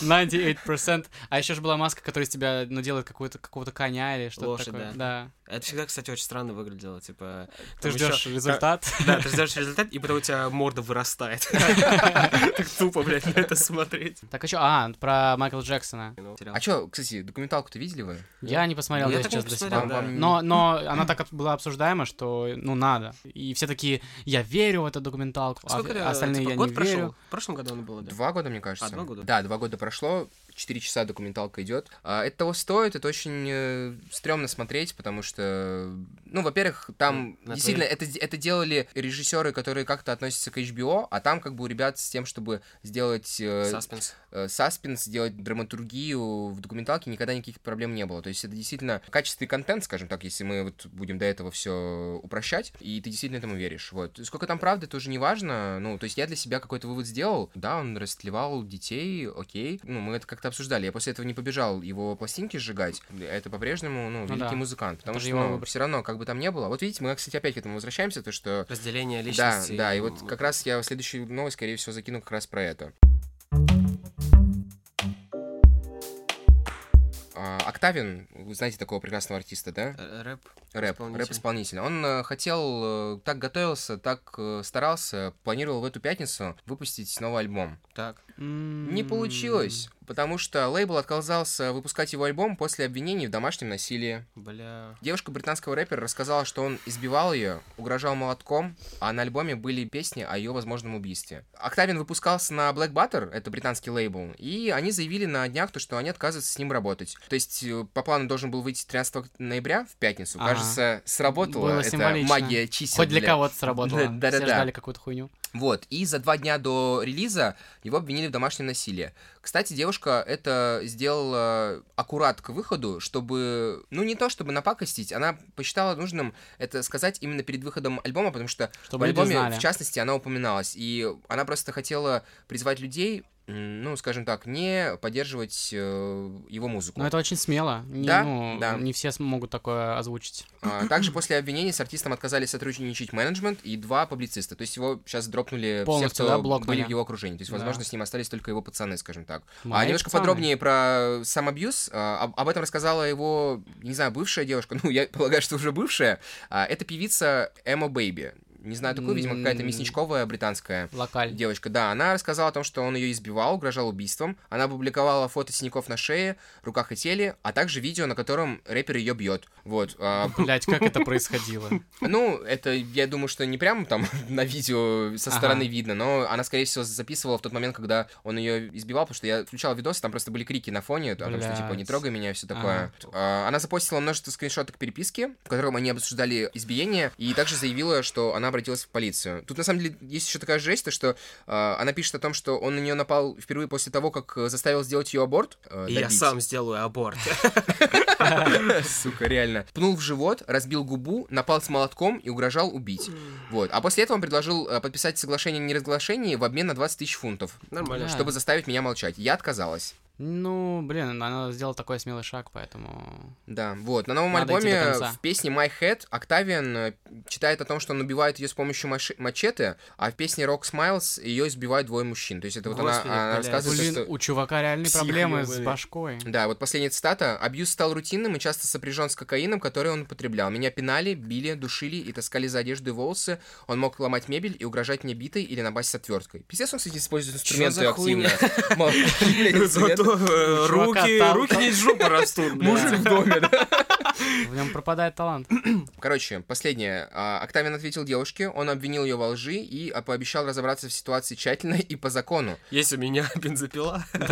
S1: 98%. А еще же была маска, которая из тебя, ну, делает какую-то- какого-то коня или что-то
S3: Лошадь,
S1: такое.
S3: да.
S1: Да.
S3: Это всегда, кстати, очень странно выглядело, типа...
S1: Ты
S3: там
S1: ждешь
S3: ещё-
S1: результат.
S3: Да, ты ждешь результат, и потом у тебя морда вырастает. Так тупо, блядь, на это смотреть.
S1: Так, а что? А, про Майкла Джексона.
S2: А чё, кстати, документалку-то видели вы?
S1: Я не посмотрел,
S3: Я
S1: если
S3: ну, так и
S1: честно,
S3: не
S1: до сих
S3: посмотрел,
S1: пор.
S3: да.
S2: Вам-
S1: Но, но она так об- была обсуждаема, что ну надо. И все такие, я верю в эту документалку, а
S3: Сколько
S1: в-
S3: это,
S1: остальные
S3: типа,
S1: я
S3: год
S1: не
S3: прошел?
S1: верю.
S3: В прошлом году он был, да?
S2: Два года, мне кажется.
S3: А, два года?
S2: Да, два года прошло, четыре часа документалка идет. А, это того стоит, это очень э, стрёмно смотреть, потому что, ну, во-первых, там
S3: На
S2: действительно это, де- это делали режиссеры, которые как-то относятся к HBO, а там как бы у ребят с тем, чтобы сделать э,
S3: Саспенс.
S2: э, саспенс, делать драматургию в документалке никогда никаких проблем не было. То есть это действительно качественный контент, скажем так, если мы вот будем до этого все упрощать, и ты действительно этому веришь. Вот. Сколько там правды, тоже не важно. Ну, то есть я для себя какой-то вывод сделал. Да, он растлевал детей, окей. Ну, мы это как-то обсуждали. Я после этого не побежал его пластинки сжигать. Это по-прежнему, ну, великий
S1: да.
S2: музыкант. Потому
S1: Это же
S2: что
S1: его выбор.
S2: все равно, как бы там не было. А Вот видите, мы, кстати, опять к этому возвращаемся, то что
S3: Разделение
S2: да,
S3: личности.
S2: да, и вот как раз я следующую новость, скорее всего, закину как раз про это. А, Октавин, вы знаете такого прекрасного артиста, да?
S3: Э, Рэп.
S2: Рэп,
S3: Исполнитель.
S2: рэп-исполнитель. Он э, хотел, э, так готовился, так э, старался, планировал в эту пятницу выпустить новый альбом.
S3: Так.
S1: М,
S2: Не получилось, потому что лейбл отказался выпускать его альбом после обвинений в домашнем насилии.
S3: Бля.
S2: Девушка британского рэпера рассказала, что он избивал ее, угрожал молотком, а на альбоме были песни о ее возможном убийстве. Октавин выпускался на Black Butter, это британский лейбл, и они заявили на днях то, что они отказываются с ним работать. То есть э, по плану должен был выйти 13 ноября в пятницу.
S1: Ага.
S2: Кажется, сработала
S1: Было
S2: эта
S1: символично.
S2: магия чисел.
S1: Хоть для
S2: бля.
S1: кого-то сработало.
S2: Да-да-да.
S1: Все ждали какую-то хуйню.
S2: Вот, и за два дня до релиза его обвинили в домашнем насилии. Кстати, девушка это сделала аккурат к выходу, чтобы, ну не то чтобы напакостить, она посчитала нужным это сказать именно перед выходом альбома, потому что в
S1: Чтобы люди
S2: альбоме,
S1: знали.
S2: в частности, она упоминалась, и она просто хотела призвать людей м, ну, скажем так, не поддерживать э, его музыку.
S1: Но Ну, это очень смело. Не,
S2: Да,
S1: ну,
S2: да.
S1: не все смогут такое озвучить.
S2: А, Также после обвинений с артистом отказались сотрудничать менеджмент и два публициста. То есть его сейчас дропнули все,
S1: Полностью,
S2: кто
S1: да, блокнули?
S2: были в его окружении. То есть,
S1: Да.
S2: возможно, с ним остались только его пацаны, скажем так. а
S1: Мои
S2: немножко
S1: пацаны.
S2: подробнее про э, сам абьюз. А, об- об этом рассказала его, не знаю, бывшая девушка. Ну, я полагаю, что уже бывшая. А, это певица Эмо Бэйби. Не знаю такую, видимо, какая-то
S1: М.
S2: мясничковая британская.
S1: Локаль.
S2: Девочка, да, она рассказала о том, что он ее избивал, угрожал убийством. Она опубликовала фото синяков на шее, руках и теле, а также видео, на котором рэпер ее бьет. Вот. а,
S1: Блять, как это происходило?
S2: ну, это, я думаю, что не прямо там на видео со
S1: Ага.
S2: стороны видно, но она, скорее всего, записывала в тот момент, когда он ее избивал, потому что я включал видос, и там просто были крики на фоне, о том, что, типа, не
S1: Блядь.
S2: трогай меня, все такое. А, Она запостила множество скриншоток переписки, в котором они обсуждали избиение, и также заявила, что она обратилась в полицию. Тут, на самом деле, есть еще такая жесть, то, что а, она пишет о том, что он на нее напал впервые после того, как э, заставил сделать ее аборт. э,
S3: И я
S2: добить.
S3: сам сделаю аборт.
S2: Сука, реально. Пнул в живот, разбил губу, напал с молотком и угрожал убить. Вот. А после этого он предложил э, подписать соглашение о неразглашении в обмен на 20 тысяч фунтов,
S3: Нормально.
S1: Бля.
S2: чтобы заставить меня молчать. Я отказалась.
S1: Ну, блин, она сделала такой смелый шаг, поэтому...
S2: Да, вот. На новом
S1: Надо идти до
S2: альбоме
S1: конца.
S2: в песне My Head Октавиан э, читает о том, что он убивает ее с помощью маш- мачете, а в песне Rock Smiles ее избивают двое мужчин. То есть это вот
S3: Господи,
S2: она, она
S3: блядь.
S2: рассказывает,
S1: Блин,
S2: А что...
S1: у чувака реальные
S3: Псих
S1: проблемы
S3: его,
S1: с
S3: блин.
S1: башкой.
S2: Да, вот последняя цитата. Абьюз стал рутинным и часто сопряжен с кокаином, который он употреблял. Меня пинали, били, душили и таскали за одежду и волосы. Он мог ломать мебель и угрожать мне битой или напасть отверткой. Пиздец, он, кстати, использует инструменты
S3: за хуйня?
S2: активно. Мол, блядь, инструменты.
S3: Зато, э,
S1: чувака там-
S3: не из жопы растут. блядь.
S2: Мужик в доме, да?
S1: В нем пропадает талант.
S2: Короче, последнее. А, Октавиан ответил девушке, он обвинил ее во лжи и а, пообещал разобраться в ситуации тщательно и по закону.
S3: Есть у меня бензопила.
S1: Ос-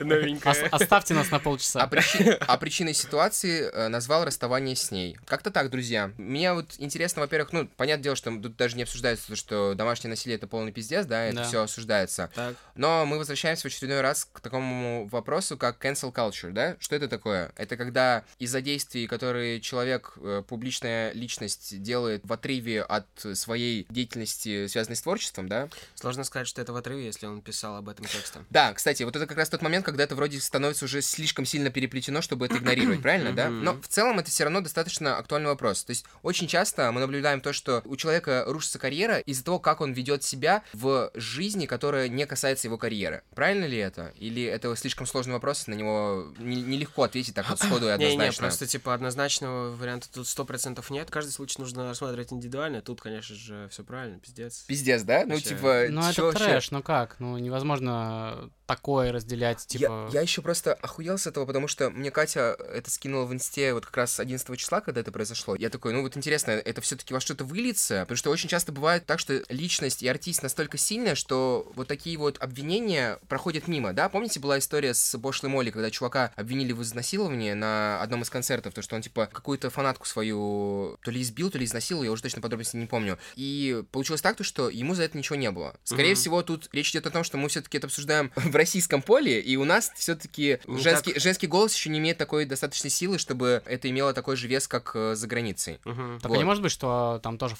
S3: Новенькая.
S1: Оставьте нас на
S2: А,
S1: полчаса.
S2: причи- а причиной ситуации э, назвал расставание с ней. Как-то так, друзья. Меня вот интересно, во-первых, ну, понятное дело, что тут даже не обсуждается то, что домашнее насилие это полный пиздец, да, это
S1: Да.
S2: все осуждается.
S3: Так.
S2: Но мы возвращаемся в очередной раз к такому вопросу, как cancel culture, да? Что это такое? Это когда из-за действий, которые человек, э, публичная личность делает в отрыве от своей деятельности, связанной с творчеством, да?
S3: Сложно сказать, что это в отрыве, если он писал об этом текстом.
S2: Да, кстати, вот это как раз тот момент, когда это вроде становится уже слишком сильно переплетено, чтобы это игнорировать, правильно, да?
S3: Мгм.
S2: Но в целом это все равно достаточно актуальный вопрос. То есть очень часто мы наблюдаем то, что у человека рушится карьера из-за того, как он ведет себя в жизни, которая не касается его карьеры. Правильно ли это? Или это слишком сложный вопрос, на него не- нелегко ответить так вот сходу и
S3: Не, не,
S2: однозначно?
S3: просто типа однозначного варианта тут сто процентов нет. Каждый случай нужно рассматривать индивидуально. Тут, конечно же, все правильно, пиздец.
S2: Пиздец, да? Ну,
S3: Вообще.
S2: типа,
S1: Ну,
S2: чё
S1: это
S2: вообще?
S1: трэш, ну как? Ну, невозможно такое разделять, типа...
S2: Я, еще просто охуел с этого, потому что мне Катя э, это скинула в инсте вот как раз 11 числа, когда это произошло. Я такой, ну вот интересно, это все-таки во что-то выльется? Потому что очень часто бывает так, что личность и артист настолько сильная, что вот такие вот обвинения проходят мимо, да? Помните, была история с Бошлой Молли, когда чувака обвинили в изнасиловании на одном из концертов, то, что он, типа, какую-то фанатку свою то ли избил, то ли изнасиловал, я уже точно подробности не помню. И получилось так, то, что ему за это ничего не было. Скорее
S3: Мгм.
S2: всего, тут речь идет о том, что мы все-таки это обсуждаем в российском поле, и у нас все-таки
S1: Ну
S3: Не
S2: женский, женский голос еще не имеет такой достаточной силы, чтобы это имело такой же вес, как э, за границей.
S3: Мгм.
S1: Так а
S2: Вот.
S1: не может быть, что там тоже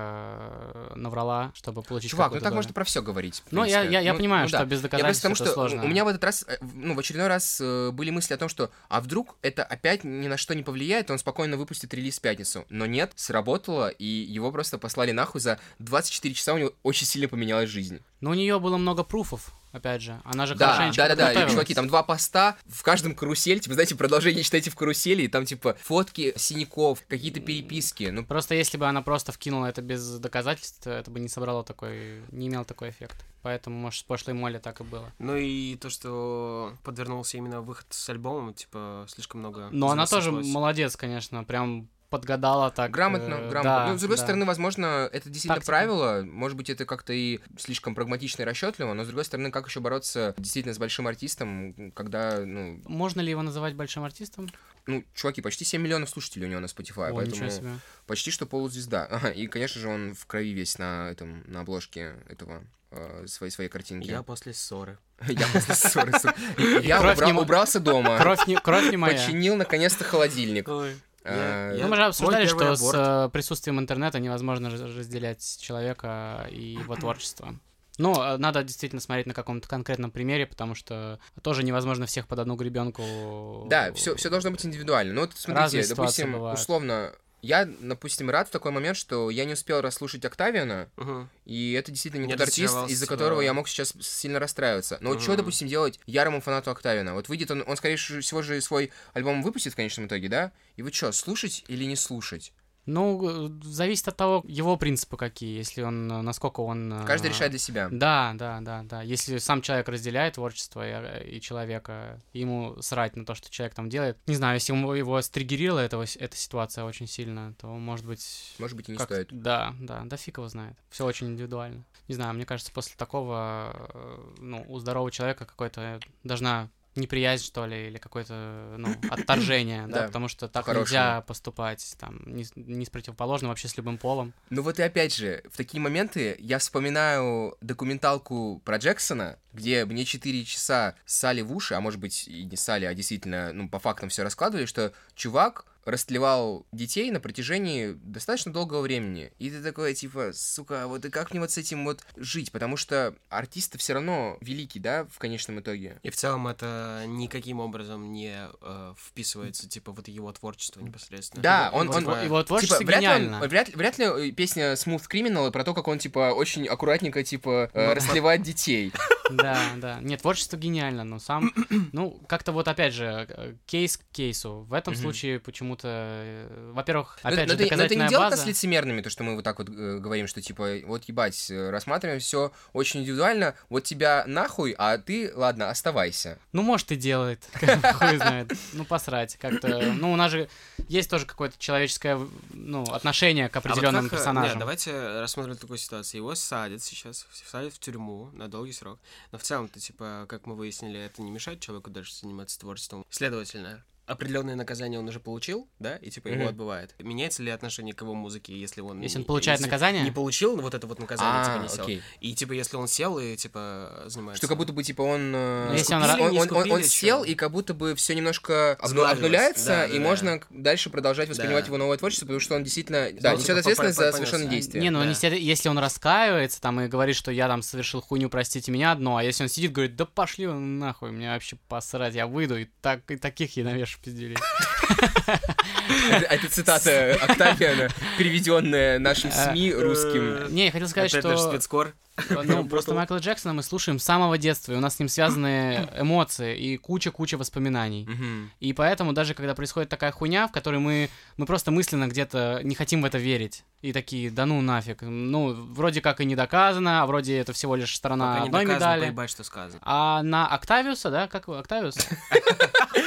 S1: фанатка э, наврала, чтобы получить
S2: Чувак, ну
S1: какую-то
S2: так
S1: долю?
S2: можно про все говорить. в
S1: Ну, я,
S2: принципе.
S1: я, я
S2: Ну,
S1: понимаю,
S2: ну
S1: что
S2: да.
S1: без
S2: Я просто
S1: доказательств
S2: потому
S1: это
S2: что
S1: сложно.
S2: у меня в этот раз, э, в- ну, в очередной раз э, были мысли о том, что а вдруг это опять ни на что не повлияет, он спокойно выпустит релиз в пятницу. Но нет, сработало, и его просто послали нахуй за 24 часа, у него очень сильно поменялась жизнь.
S1: Но у нее было много пруфов, опять же. Она же
S2: Да,
S1: хорошенечко
S2: да, да, да,
S1: подготовилась.
S2: чуваки, там два поста, в каждом карусель, типа, знаете, продолжение читайте в карусели, и там, типа, фотки синяков, какие-то переписки, ну,
S1: Просто если бы она просто вкинула это без доказательств, это бы не собрало такой, не имел такой эффект. Поэтому, может, с пошлой Молли так и было.
S3: Ну и то, что подвернулся именно выход с альбомом, типа, слишком много.
S1: Но она тоже
S3: сошлось.
S1: молодец, конечно, прям подгадала так.
S2: Грамотно,
S1: э,
S2: грамотно.
S1: да,
S2: ну, с другой
S1: да.
S2: стороны, возможно, это действительно
S1: Тактика.
S2: правило. Может быть, это как-то и слишком прагматично и расчетливо, но с другой стороны, как еще бороться действительно с большим артистом, когда, ну,
S1: Можно ли его называть большим артистом?
S2: ну, чуваки, почти 7 миллионов слушателей у него на Spotify,
S1: О,
S2: поэтому
S1: ничего себе.
S2: почти что полузвезда. Ага, и, конечно же, он в крови весь на этом, на обложке этого э, своей своей картинки.
S3: Я после ссоры.
S2: Я после ссоры, сука. Я
S1: кровь
S2: убрал-
S1: не мо-
S2: убрался дома,
S1: Кровь не, кровь не моя.
S2: починил наконец-то холодильник.
S3: Я-
S2: Э,
S1: Ну, мы же обсуждали,
S3: Мой
S1: что
S3: первый
S1: с э, присутствием интернета невозможно раз- разделять человека и его творчество. Ну, э, надо действительно смотреть на каком-то конкретном примере, потому что тоже невозможно всех под одну гребенку.
S2: Да, все, все должно быть индивидуально. Ну, вот
S1: Разные
S2: смотрите,
S1: ситуации
S2: допустим,
S1: бывают.
S2: условно, я, допустим, рад в такой момент, что я не успел расслушать Октавиана,
S1: э,
S3: Мгм.
S2: и это действительно не
S3: Не
S2: тот артист,
S3: разочаровался,
S2: из-за
S3: да.
S2: которого я мог сейчас сильно расстраиваться. Но вот что,
S3: Мгм.
S2: допустим, делать ярому фанату Октавиана? Вот выйдет он, он, скорее всего, же свой альбом выпустит в конечном итоге, да? И вот что, слушать или не слушать?
S1: Ну, э, зависит от того, его принципы какие, если он, э, насколько он... э,
S2: Каждый решает для себя.
S1: Да, да, да, да. Если сам человек разделяет творчество и, э, и человека, ему срать на то, что человек там делает. Не знаю, если ему- его стригерила эта, эта ситуация очень сильно, то, может быть...
S2: Может быть, и не
S1: как-то-
S2: стоит.
S1: Да, да, да фиг его знает. Все очень индивидуально. Не знаю, мне кажется, после такого, э, ну, у здорового человека какой-то должна неприязнь, что ли, или какое-то, ну, отторжение, да,
S2: Да,
S1: потому что так
S2: по-хорошему.
S1: нельзя поступать, там, не, с- не с противоположным, вообще с любым полом.
S2: Ну вот и опять же, в такие моменты я вспоминаю документалку про Джексона, где мне 4 часа сали в уши, а может быть и не сали, а действительно, ну, по фактам все раскладывали, что чувак растлевал детей на протяжении достаточно долгого времени. И ты такой, типа, сука, а вот и как мне вот с этим вот жить? Потому что артисты все равно велики, да, в конечном итоге.
S3: И в целом это никаким образом не э, вписывается, типа, вот его творчество непосредственно.
S2: Да,
S3: Его-
S2: он-
S3: его
S2: он-
S1: Его,
S3: тво-
S1: его творчество
S2: Типа, вряд ли, он-
S1: гениально.
S2: вряд, вряд ли э, песня Smooth Criminal про то, как он, типа, очень аккуратненько, типа, э,
S3: Ну,
S2: расливает детей.
S1: Да, да. Нет, творчество гениально, но сам, ну, как-то вот опять же, э, кейс к кейсу. В этом
S2: Мгм.
S1: случае почему-то, э, во-первых,
S2: Ну,
S1: опять
S2: ну,
S1: же,
S2: ты- ну, это не
S1: доказательная
S2: делает нас
S1: база.
S2: лицемерными, то, что мы вот так вот э, говорим, что типа, вот ебать, э, рассматриваем все очень индивидуально, вот тебя нахуй, а ты, ладно, оставайся.
S1: Ну, может, и делает, хуй знает. Ну, посрать как-то. Ну, у нас же есть тоже какое-то человеческое, ну, отношение к
S3: А вот
S1: определенным
S3: как, э,
S1: персонажам.
S3: Нет, давайте рассмотрим такую ситуацию. Его садят сейчас, садят в тюрьму на долгий срок. Но в целом-то, типа, как мы выяснили, это не мешает человеку дальше заниматься творчеством. Следовательно, определенное наказание он уже получил, да, и типа его
S2: Мгм.
S3: отбывает. Меняется ли отношение к его музыке, если он...
S1: Если он
S3: не-
S1: получает
S3: если
S1: наказание?
S3: Не получил вот это вот наказание, типа, не сел.
S2: А, окей.
S3: И типа, если он сел и типа занимается...
S2: Что как будто бы, типа, он... э,
S1: Ну, если он
S2: скупили,
S1: ра-
S2: он,
S3: не
S2: он- он-
S3: скупили
S2: он
S3: чё?
S2: сел, и как будто бы все немножко обну-
S3: Сглаживается,
S2: обнуляется,
S3: да, да,
S2: и
S3: да.
S2: можно к- дальше продолжать воспринимать
S3: Да.
S2: его новое творчество, потому что он действительно, да,
S3: он,
S2: несет
S3: типа,
S2: ответственность
S3: по-
S2: за
S3: по- понёс.
S2: совершенные
S3: А,
S2: действия.
S1: Не, ну
S3: да.
S1: если, если он раскаивается там и говорит, что я там совершил хуйню, простите меня одно, а если он сидит, говорит, да пошли вы нахуй, мне вообще посрать, я выйду, и, так, и таких я навешу пиздюлей.
S2: Это, это цитата Октавиана, переведенная нашим СМИ русским.
S3: Э,
S1: Не, я хотел сказать,
S3: Опять наш
S1: что...
S3: спецкор.
S1: Ну, просто Майкла Джексона мы слушаем с самого детства, и у нас с ним связаны эмоции и куча-куча воспоминаний.
S2: Мгм.
S1: И поэтому даже когда происходит такая хуйня, в которой мы, мы просто мысленно где-то не хотим в это верить. И такие, да ну нафиг. Ну, вроде как и не доказано, а вроде это всего лишь сторона
S3: Пока не
S1: одной
S3: доказано,
S1: медали.
S3: поебать, что сказано.
S1: А на Октавиуса, да, как его, Октавиус?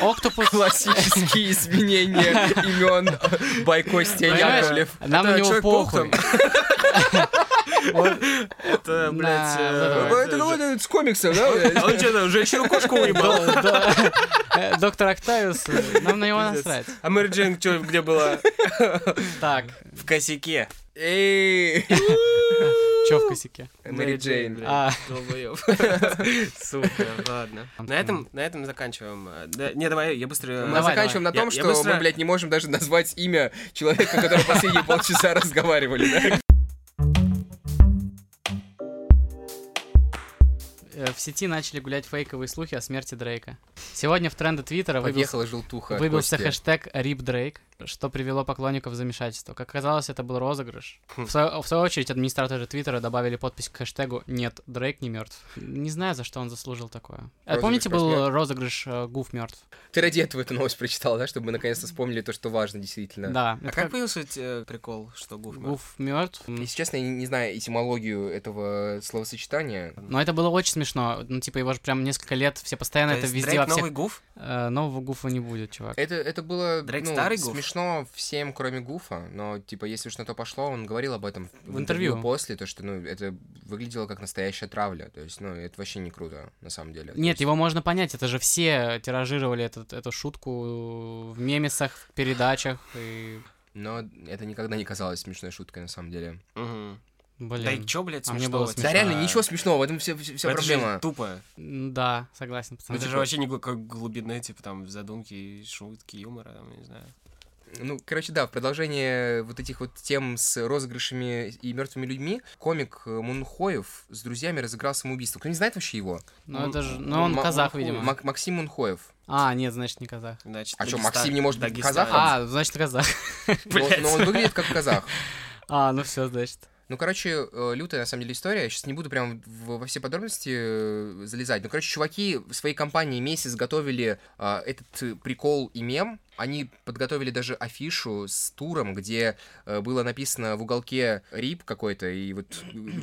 S1: Октопус.
S2: Классические изменения имен Байкостя
S1: Понимаешь,
S2: Яковлев.
S1: Нам на
S3: Это
S1: него
S3: Человек-паук
S1: похуй. Он-
S3: Это, блядь...
S1: На,
S3: э,
S1: вот это
S2: Это какой-то с комиксов, да? блядь?
S3: А Он что там, женщину кошку уебал?
S1: да, э, Доктор Октавиус, э, нам на него
S3: Пиздец.
S1: насрать.
S3: А Мэри Джейн чё, где была?
S1: Так,
S3: В косяке.
S2: Эй!
S1: чё в косяке?
S2: Мэри Джейн.
S3: блядь,
S1: А.
S3: долбоёб. Сука, ладно. На этом, на этом заканчиваем. э, да- Не, давай, я быстро... э,
S2: Мы
S1: Давай,
S2: заканчиваем на
S3: давай.
S2: том,
S3: Я- я
S2: что
S3: быстро-
S2: мы, блядь, не можем даже назвать имя человека, который последние полчаса разговаривали. да?
S1: Э, В сети начали гулять фейковые слухи о смерти Дрейка. Сегодня в тренды Твиттера выбился
S2: Подъехала желтуха.
S1: Выбился
S2: Костя.
S1: хэштег «Рип Дрейк», что привело поклонников в замешательство. Как оказалось, это был розыгрыш.
S3: Хм.
S1: В, сво- в свою очередь, администраторы Твиттера добавили подпись к хэштегу «Нет, Дрейк не мертв». Не знаю, за что он заслужил такое. А
S2: Розыгрыш
S1: помните,
S2: про
S1: был
S2: смерть?
S1: розыгрыш э, «Гуф мертв»?
S2: Ты ради этого эту новость прочитал, да? Чтобы мы наконец-то вспомнили то, что важно, действительно.
S1: Да.
S3: А
S1: это
S3: как появился э, прикол, что гуф мёртв?
S1: «Гуф мертв»?
S2: Если честно, я не- не знаю этимологию этого словосочетания.
S1: Но это было очень смешно. Ну, типа, его же прям несколько лет, все постоянно
S3: То
S1: это
S3: есть
S1: везде
S3: Дрейк
S1: во всех...
S3: новый Э, гуф?
S1: Э, нового гуфа не будет, чувак.
S2: Это, это было
S3: Дрейк
S2: ну,
S3: старый Гуф?
S2: смешно всем, кроме Гуфа, но, типа, если уж на то пошло, он говорил об этом в,
S1: В интервью.
S2: после, то, что, ну, это выглядело как настоящая травля, то есть, ну, это вообще не круто, на самом деле. То
S1: Нет,
S2: есть-
S1: его можно понять, это же все тиражировали этот, эту шутку в мемесах, в передачах и...
S2: Но это никогда не казалось смешной шуткой, на самом деле.
S3: Мгм.
S1: Блин.
S3: Да и чё, блядь,
S1: А мне
S3: смешного?
S1: было
S3: типа?
S1: смешно.
S2: Да реально, ничего смешного, в этом вся, вся
S3: Это же
S2: проблема.
S3: тупо.
S1: М, Да,
S3: Ну, типа,
S1: согласен, пацаны.
S3: Это же вообще не глуб- как глубинные, типа, там, задумки, шутки, юмора, там, я не знаю.
S2: Ну, короче, да, в продолжение вот этих вот тем с розыгрышами и мертвыми людьми, комик Мунхоев с друзьями разыграл самоубийство. Кто не знает вообще его?
S1: Ну, это же... Ну, он
S2: М-
S1: казах,
S2: Мунхоев.
S1: видимо.
S2: Мак- Максим Мунхоев.
S1: А, нет, значит, не казах.
S3: Значит,
S2: А чё,
S3: Дагестан-
S2: Максим не может быть
S3: Дагестан.
S2: казахом?
S1: А, значит, казах.
S2: Но, но он выглядит как казах.
S1: А, ну все, значит.
S2: Ну, короче, э, лютая, на самом деле, история. Я сейчас не буду прям в- во все подробности э, залезать. Ну, короче, чуваки в своей компании месяц готовили э, этот э, прикол и мем. Они подготовили даже афишу с туром, где э, было написано в уголке рип какой-то, и вот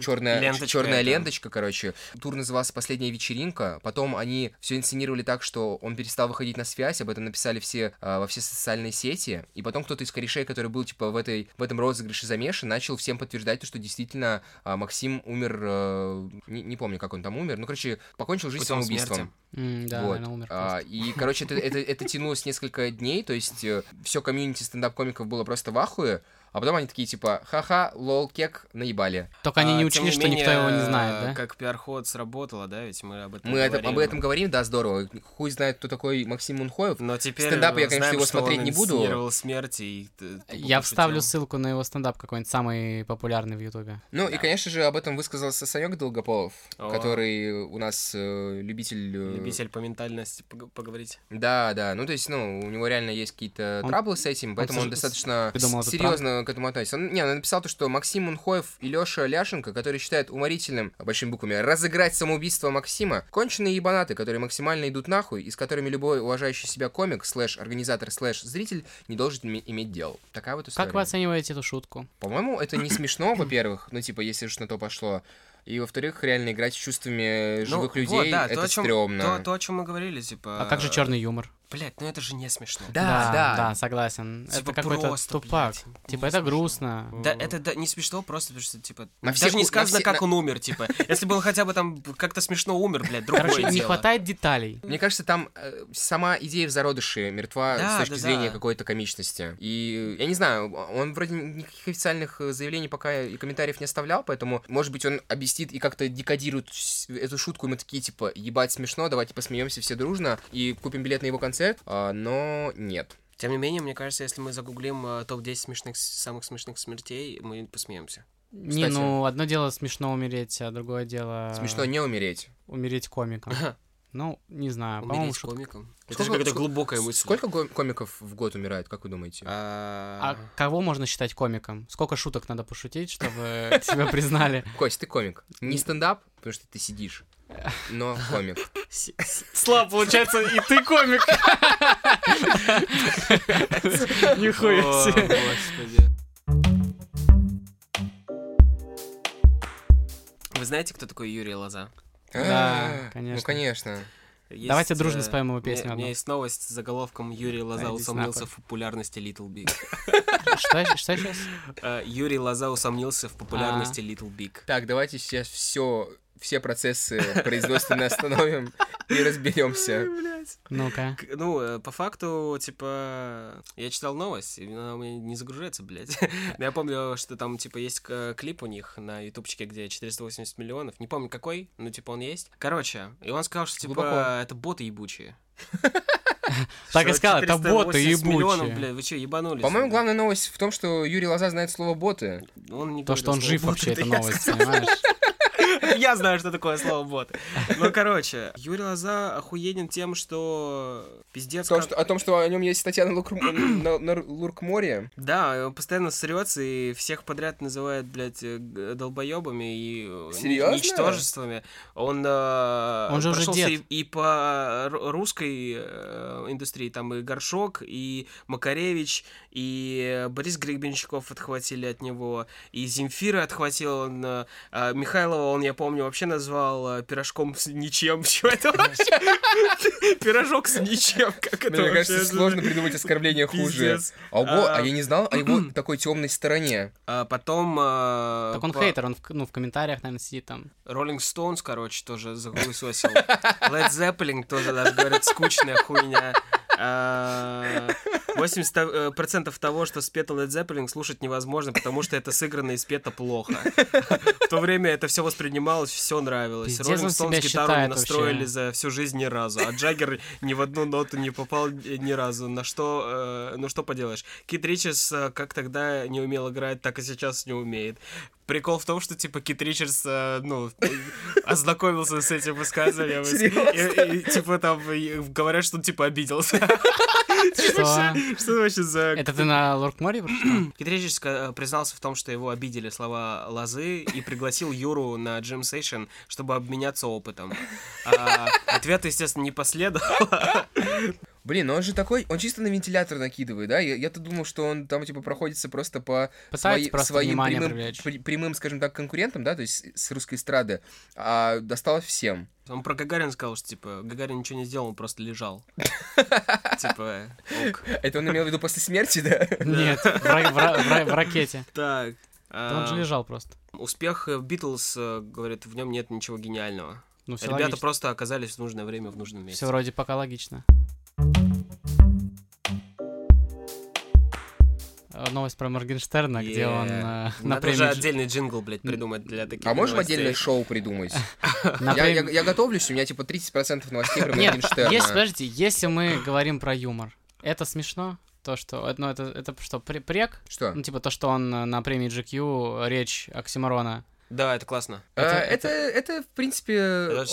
S2: черная
S3: Ленточка
S2: ленточка, черная
S3: эта.
S2: ленточка, короче. Тур назывался «Последняя вечеринка». Потом они все инсценировали так, что он перестал выходить на связь, об этом написали все э, во все социальные сети. И потом кто-то из корешей, который был типа в, этой, в этом розыгрыше замешан, начал всем подтверждать, то, что действительно э, Максим умер, э, не, не помню, как он там умер, ну, короче, покончил жизнь
S3: Путём
S2: самоубийством.
S3: смерти.
S1: М, Да,
S2: Вот.
S1: наверное, умер
S2: А,
S1: просто.
S2: и, короче, это, это, это тянулось несколько дней, то есть все комьюнити стендап-комиков было просто в ахуе, а потом они такие, типа, ха-ха, лол, кек, наебали.
S1: Только они
S3: А,
S1: не
S3: тем
S1: учли, что
S3: менее,
S1: никто его не знает, да?
S3: Как пиар-ход сработало, да, ведь мы об этом
S2: Мы это- об
S3: говорили.
S2: этом говорим, да, здорово. Хуй знает, кто такой Максим Мунхоев.
S3: Но теперь э,
S2: Стендап я,
S3: знаем,
S2: конечно, его
S3: что
S2: смотреть
S3: он
S2: не буду.
S3: инсценировал смерть и... э, тупо
S1: Я
S3: пошутил.
S1: вставлю ссылку на его стендап какой-нибудь самый популярный в Ютубе.
S2: Ну и,
S3: Да.
S2: конечно же, об этом высказался Санек Долгополов,
S3: О.
S2: который у нас э, любитель... э,
S3: Любитель по ментальности пог- поговорить.
S2: Да, да. Ну, то есть, ну, у него реально есть какие-то
S1: Он-
S2: траблы с этим, поэтому
S1: с-
S2: он, достаточно
S1: придумал этот
S2: серьезно к этому относится. Он, не, он написал то, что Максим Мунхоев и Леша Ляшенко, которые считают уморительным, а большими буквами, разыграть самоубийство Максима, конченые ебанаты, которые максимально идут нахуй, и с которыми любой уважающий себя комик, слэш, организатор, слэш, зритель не должен име- иметь дел. Такая вот история.
S1: Как вы оцениваете эту шутку?
S2: По-моему, это не смешно, во-первых, ну, типа, если уж на то пошло. И, во-вторых, реально играть с чувствами
S3: Ну,
S2: живых
S3: вот,
S2: людей,
S3: да,
S2: это
S3: то, о чем,
S2: стрёмно.
S3: То, то, о чем мы говорили, типа...
S1: А как же черный юмор?
S3: Блять, ну это же не смешно.
S2: Да, да.
S1: Да, согласен.
S3: Типа
S1: Это какой-то
S3: просто,
S1: тупак.
S3: блядь, не
S1: Типа это
S3: смешно.
S1: грустно.
S3: Да, это да, не смешно просто, потому что, типа,
S2: На
S3: даже
S2: всех
S3: не
S2: у- на
S3: сказано,
S2: все-
S3: как
S2: на-
S3: он умер, типа. Если бы он хотя бы там как-то смешно умер, блядь, другое
S1: Короче, не
S3: дело.
S1: хватает деталей.
S2: Мне кажется, там э, сама идея в зародыше мертва
S3: Да,
S2: с точки
S3: да,
S2: зрения
S3: да.
S2: какой-то комичности. И э, я не знаю, он вроде никаких официальных э, заявлений пока и комментариев не оставлял, поэтому, может быть, он объяснит и как-то декодирует с- эту шутку, и мы такие, типа, ебать, смешно, давайте посмеемся все дружно и купим билет на его концерт, А, но нет.
S3: Тем не менее, мне кажется, если мы загуглим э, топ-10 смешных, с- самых смешных смертей, мы посмеемся.
S1: Не,
S2: Кстати.
S1: ну, одно дело смешно умереть, а другое дело...
S2: Смешно не умереть.
S1: Умереть комиком.
S3: Ага.
S1: Ну, не знаю, по-моему,
S3: Умереть
S1: шутка.
S3: комиком. Это же
S2: Сколько-
S3: какая-то
S2: ск-
S3: глубокая
S2: С-
S3: мысль.
S2: Сколько го- комиков в год умирает, как вы думаете?
S1: А
S3: А...
S1: кого можно считать комиком? Сколько шуток надо пошутить, чтобы тебя признали?
S2: Кость, ты комик. Не стендап, потому что ты сидишь, но комик.
S1: Слаб, получается, и ты комик. Нихуя
S3: О,
S1: себе.
S3: господи. Вы знаете, кто такой Юрий Лоза?
S1: Да,
S2: А,
S1: конечно.
S2: Ну, конечно.
S3: Есть,
S1: Давайте
S3: э,
S1: дружно споем его
S3: у меня-
S1: песню
S3: У
S1: одну.
S3: меня есть новость с заголовком Юрий Лоза
S1: Садись
S3: усомнился
S1: нахуй.
S3: в популярности Little Big.
S1: Что сейчас?
S3: Э, Юрий Лоза усомнился в
S1: А.
S3: популярности Little Big.
S2: Так, давайте сейчас все, все процессы производственные остановим и разберемся.
S1: Ну-ка.
S3: К- Ну, э, по факту, типа, я читал новость, и она у меня не загружается, блядь. Но я помню, что там, типа, есть к- клип у них на ютубчике, где 480 миллионов. Не помню какой, но, типа, он есть. Короче, и он сказал, что, типа,
S2: Глубоко.
S3: это боты ебучие.
S1: Так и
S3: Что
S1: сказал, это боты
S3: 480 миллионов,
S1: ебучие.
S3: блядь, вы что, ебанулись?
S2: По-моему,
S3: блядь?
S2: главная новость в том, что Юрий Лоза знает слово боты.
S3: Он не
S1: То, что он
S3: говорил
S1: жив
S3: слово
S1: вообще,
S3: «боты»,
S1: это
S3: я
S1: новость, понимаешь?
S3: Я знаю, что такое слово бот. Ну, короче, Юрий Лоза охуенен тем, что пиздец.
S2: То,
S3: как-
S2: что- о том, что о нем есть статья на, Лурк... на- на Луркморе.
S3: Да, он постоянно срется и всех подряд называет, блядь, э, г- долбоебами и э,
S2: Серьёзно?
S3: ничтожествами. Он, э,
S1: Он же уже
S3: прошёлся
S1: дед.
S3: И, и по ру- русской э, индустрии там и Горшок, и Макаревич, и э, Борис Гребенщиков отхватили от него, и Земфира отхватил он, э, а Михайлова он, я помню, вообще назвал э, пирожком с ничем. Чего это вообще? Пирожок с ничем. Как это
S2: Мне
S3: вообще?
S2: кажется, сложно придумать оскорбление хуже.
S3: Пиздец.
S2: Ого, а
S3: А,
S2: я не знал о его такой темной стороне.
S3: А потом... э,
S1: Так он
S3: хейтер.
S1: хейтер, он в, ну, в комментариях, наверное, сидит там.
S3: Rolling Stones, короче, тоже захуесосил. Led Zeppelin тоже даже, говорят, скучная хуйня. А, 80% того, что спето Led Zeppelin, слушать невозможно, потому что это сыграно и спето плохо. В то время это все воспринималось, все нравилось.
S1: Пиздец,
S3: Роллинг
S1: он
S3: Стоунс
S1: себя
S3: гитару не
S1: считает
S3: настроили
S1: вообще.
S3: за всю жизнь ни разу, а Джаггер ни в одну ноту не попал ни разу. На что, э, ну что поделаешь. Кит Ричардс э, как тогда не умел играть, так и сейчас не умеет. Прикол в том, что, типа, Кит Ричардс, э, ну, ознакомился с этим высказыванием. И, и, типа, там, и говорят, что он, типа, обиделся.
S1: Что?
S3: Что вообще за...
S1: Это ты на Лорд Море прочитал?
S3: Кит Ричардс э, признался в том, что его обидели слова Лозы и пригласил Юру на джим сейшн, чтобы обменяться опытом. А, Ответа, естественно, не последовало.
S2: Блин, ну он же такой, он чисто на вентилятор накидывает, да? Я- Я-то думал, что он там, типа, проходится просто по
S1: Пытается
S2: свои-
S1: просто
S2: своим
S1: внимание
S2: прямым,
S1: привлечь.
S2: при- прямым, скажем так, конкурентам, да, то есть с- с русской эстрады, а досталось всем.
S3: Он про Гагарин сказал, что, типа, Гагарин ничего не сделал, он просто лежал. Типа, ок.
S2: Это он имел в виду после смерти, да?
S1: Нет, в ра- в ра- в ра- в ракете.
S3: Так.
S1: Да Он же
S3: а,
S1: лежал просто.
S3: Успех э, Битлз, э, говорит, в нем нет ничего гениального.
S1: Ну, все
S3: Ребята
S1: логично.
S3: просто оказались в нужное время в нужном месте.
S1: Все вроде пока логично. Э, Новость про Моргенштерна, где он
S3: Е.
S1: э, на
S3: Надо уже
S1: премию... Дж-
S3: отдельный джингл, блядь, придумать для таких
S2: А
S1: Ну,
S2: можем
S3: новостей.
S2: отдельное шоу придумать?
S1: на
S2: Я, я-
S1: премию-
S2: я готовлюсь, у меня типа 30% новостей про
S1: Нет,
S2: Моргенштерна.
S1: если, подождите, если мы говорим про юмор, это смешно? То, что... э, Ну, это, это что, пре- прек?
S2: Что?
S1: Ну, типа то, что он э, на премии GQ, речь Оксимирона.
S3: Да, это классно.
S2: А,
S1: это-
S2: Это, это, в
S3: Это
S2: принципе,
S3: очень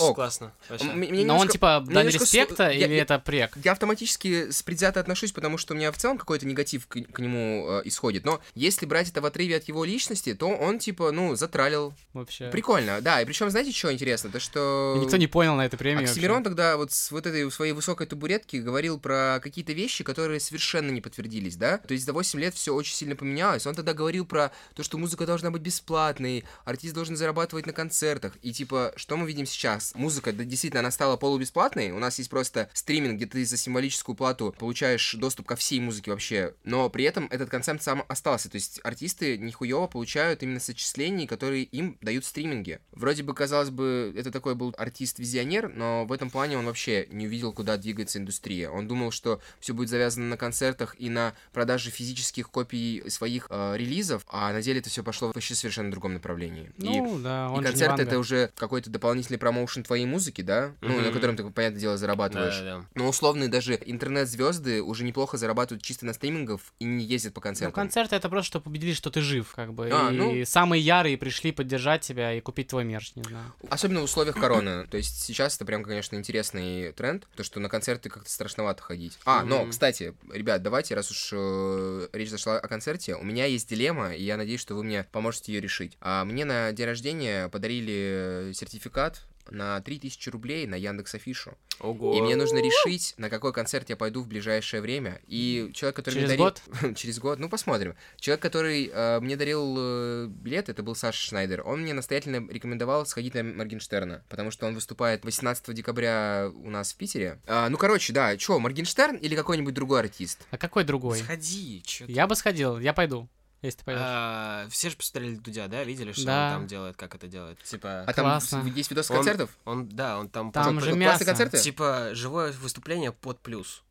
S2: Э, ок. А
S3: классно. вообще.
S2: М- мне
S1: Но он
S2: немножко-
S1: типа
S2: мне
S1: дань
S2: немножко су-
S1: респекта
S2: я-
S1: или
S2: я-
S1: это прек?
S2: Я автоматически с предвзято отношусь, потому что у меня в целом какой-то негатив к, к нему э, исходит. Но если брать это в отрыве от его личности, то он типа, ну, затралил.
S1: Вообще.
S2: Прикольно, да. И причем, знаете, что интересно? То, что...
S1: И Никто не понял на этой премии вообще.
S2: Оксимирон тогда вот с вот этой своей высокой табуретки говорил про какие-то вещи, которые совершенно не подтвердились, да? То есть за 8 лет все очень сильно поменялось. Он тогда говорил про то, что музыка должна быть бесплатной, артист должен зарабатывать на концертах. И типа, что мы видим сейчас? Музыка, да, действительно, она стала полубесплатной. У нас есть просто стриминг, где ты за символическую плату получаешь доступ ко всей музыке вообще. Но при этом этот концепт сам остался. То есть артисты нихуево получают именно с отчислений, которые им дают стриминги. Вроде бы, казалось бы, это такой был артист-визионер, но в этом плане он вообще не увидел, куда двигается индустрия. Он думал, что все будет завязано на концертах и на продаже физических копий своих э, релизов, а на деле это все пошло вообще совершенно в другом направлении. И-
S1: Ну, да,
S2: и
S1: он же не
S2: концерт
S1: Ванга.
S2: это уже какой-то дополнительный промоушен твоей музыки, да? Ну, на
S3: Мгм.
S2: котором ты, понятное дело, зарабатываешь.
S3: Да-да-да.
S2: Но условные даже интернет-звезды уже неплохо зарабатывают чисто на стримингов и не ездят по
S1: Ну,
S2: концертам.
S1: концерты это просто, чтобы убедились, что ты жив, как бы.
S2: А,
S1: и
S2: ну.
S1: самые ярые пришли поддержать тебя и купить твой мерч, не знаю.
S2: Особенно в условиях короны. То есть сейчас это прям, конечно, интересный тренд, то, что на концерты как-то страшновато ходить. А, но,
S3: Мгм.
S2: кстати, ребят, давайте, раз уж э, речь зашла о концерте, у меня есть дилемма, и я надеюсь, что вы мне поможете ее решить. А, мне на день рождения подарили сертификат на 3000 рублей на Яндекс Афишу.
S3: Ого.
S2: И мне нужно решить, на какой концерт я пойду в ближайшее время. И человек, который
S1: Через
S2: мне дарил... Через год? Ну, посмотрим. Человек, который э, мне дарил э, билет, это был Саша Шнайдер, он мне настоятельно рекомендовал сходить на Моргенштерна, потому что он выступает 18 декабря у нас в Питере. А, ну, короче, да, чё, Моргенштерн или какой-нибудь другой артист?
S1: А какой другой?
S3: Сходи, чё ты?
S1: Я бы сходил, я пойду, если ты пойдешь.
S3: А, Все же посмотрели Дудя, да? Видели, что
S1: Да.
S3: он там делает, как это делает? Типа,
S2: А там
S1: классно.
S2: с- есть видос с
S3: Он-
S2: концертов?
S3: он, да, он там...
S1: Там
S2: Чё,
S1: же
S2: классные
S1: мясо.
S2: концерты?
S3: Типа, живое выступление под плюс.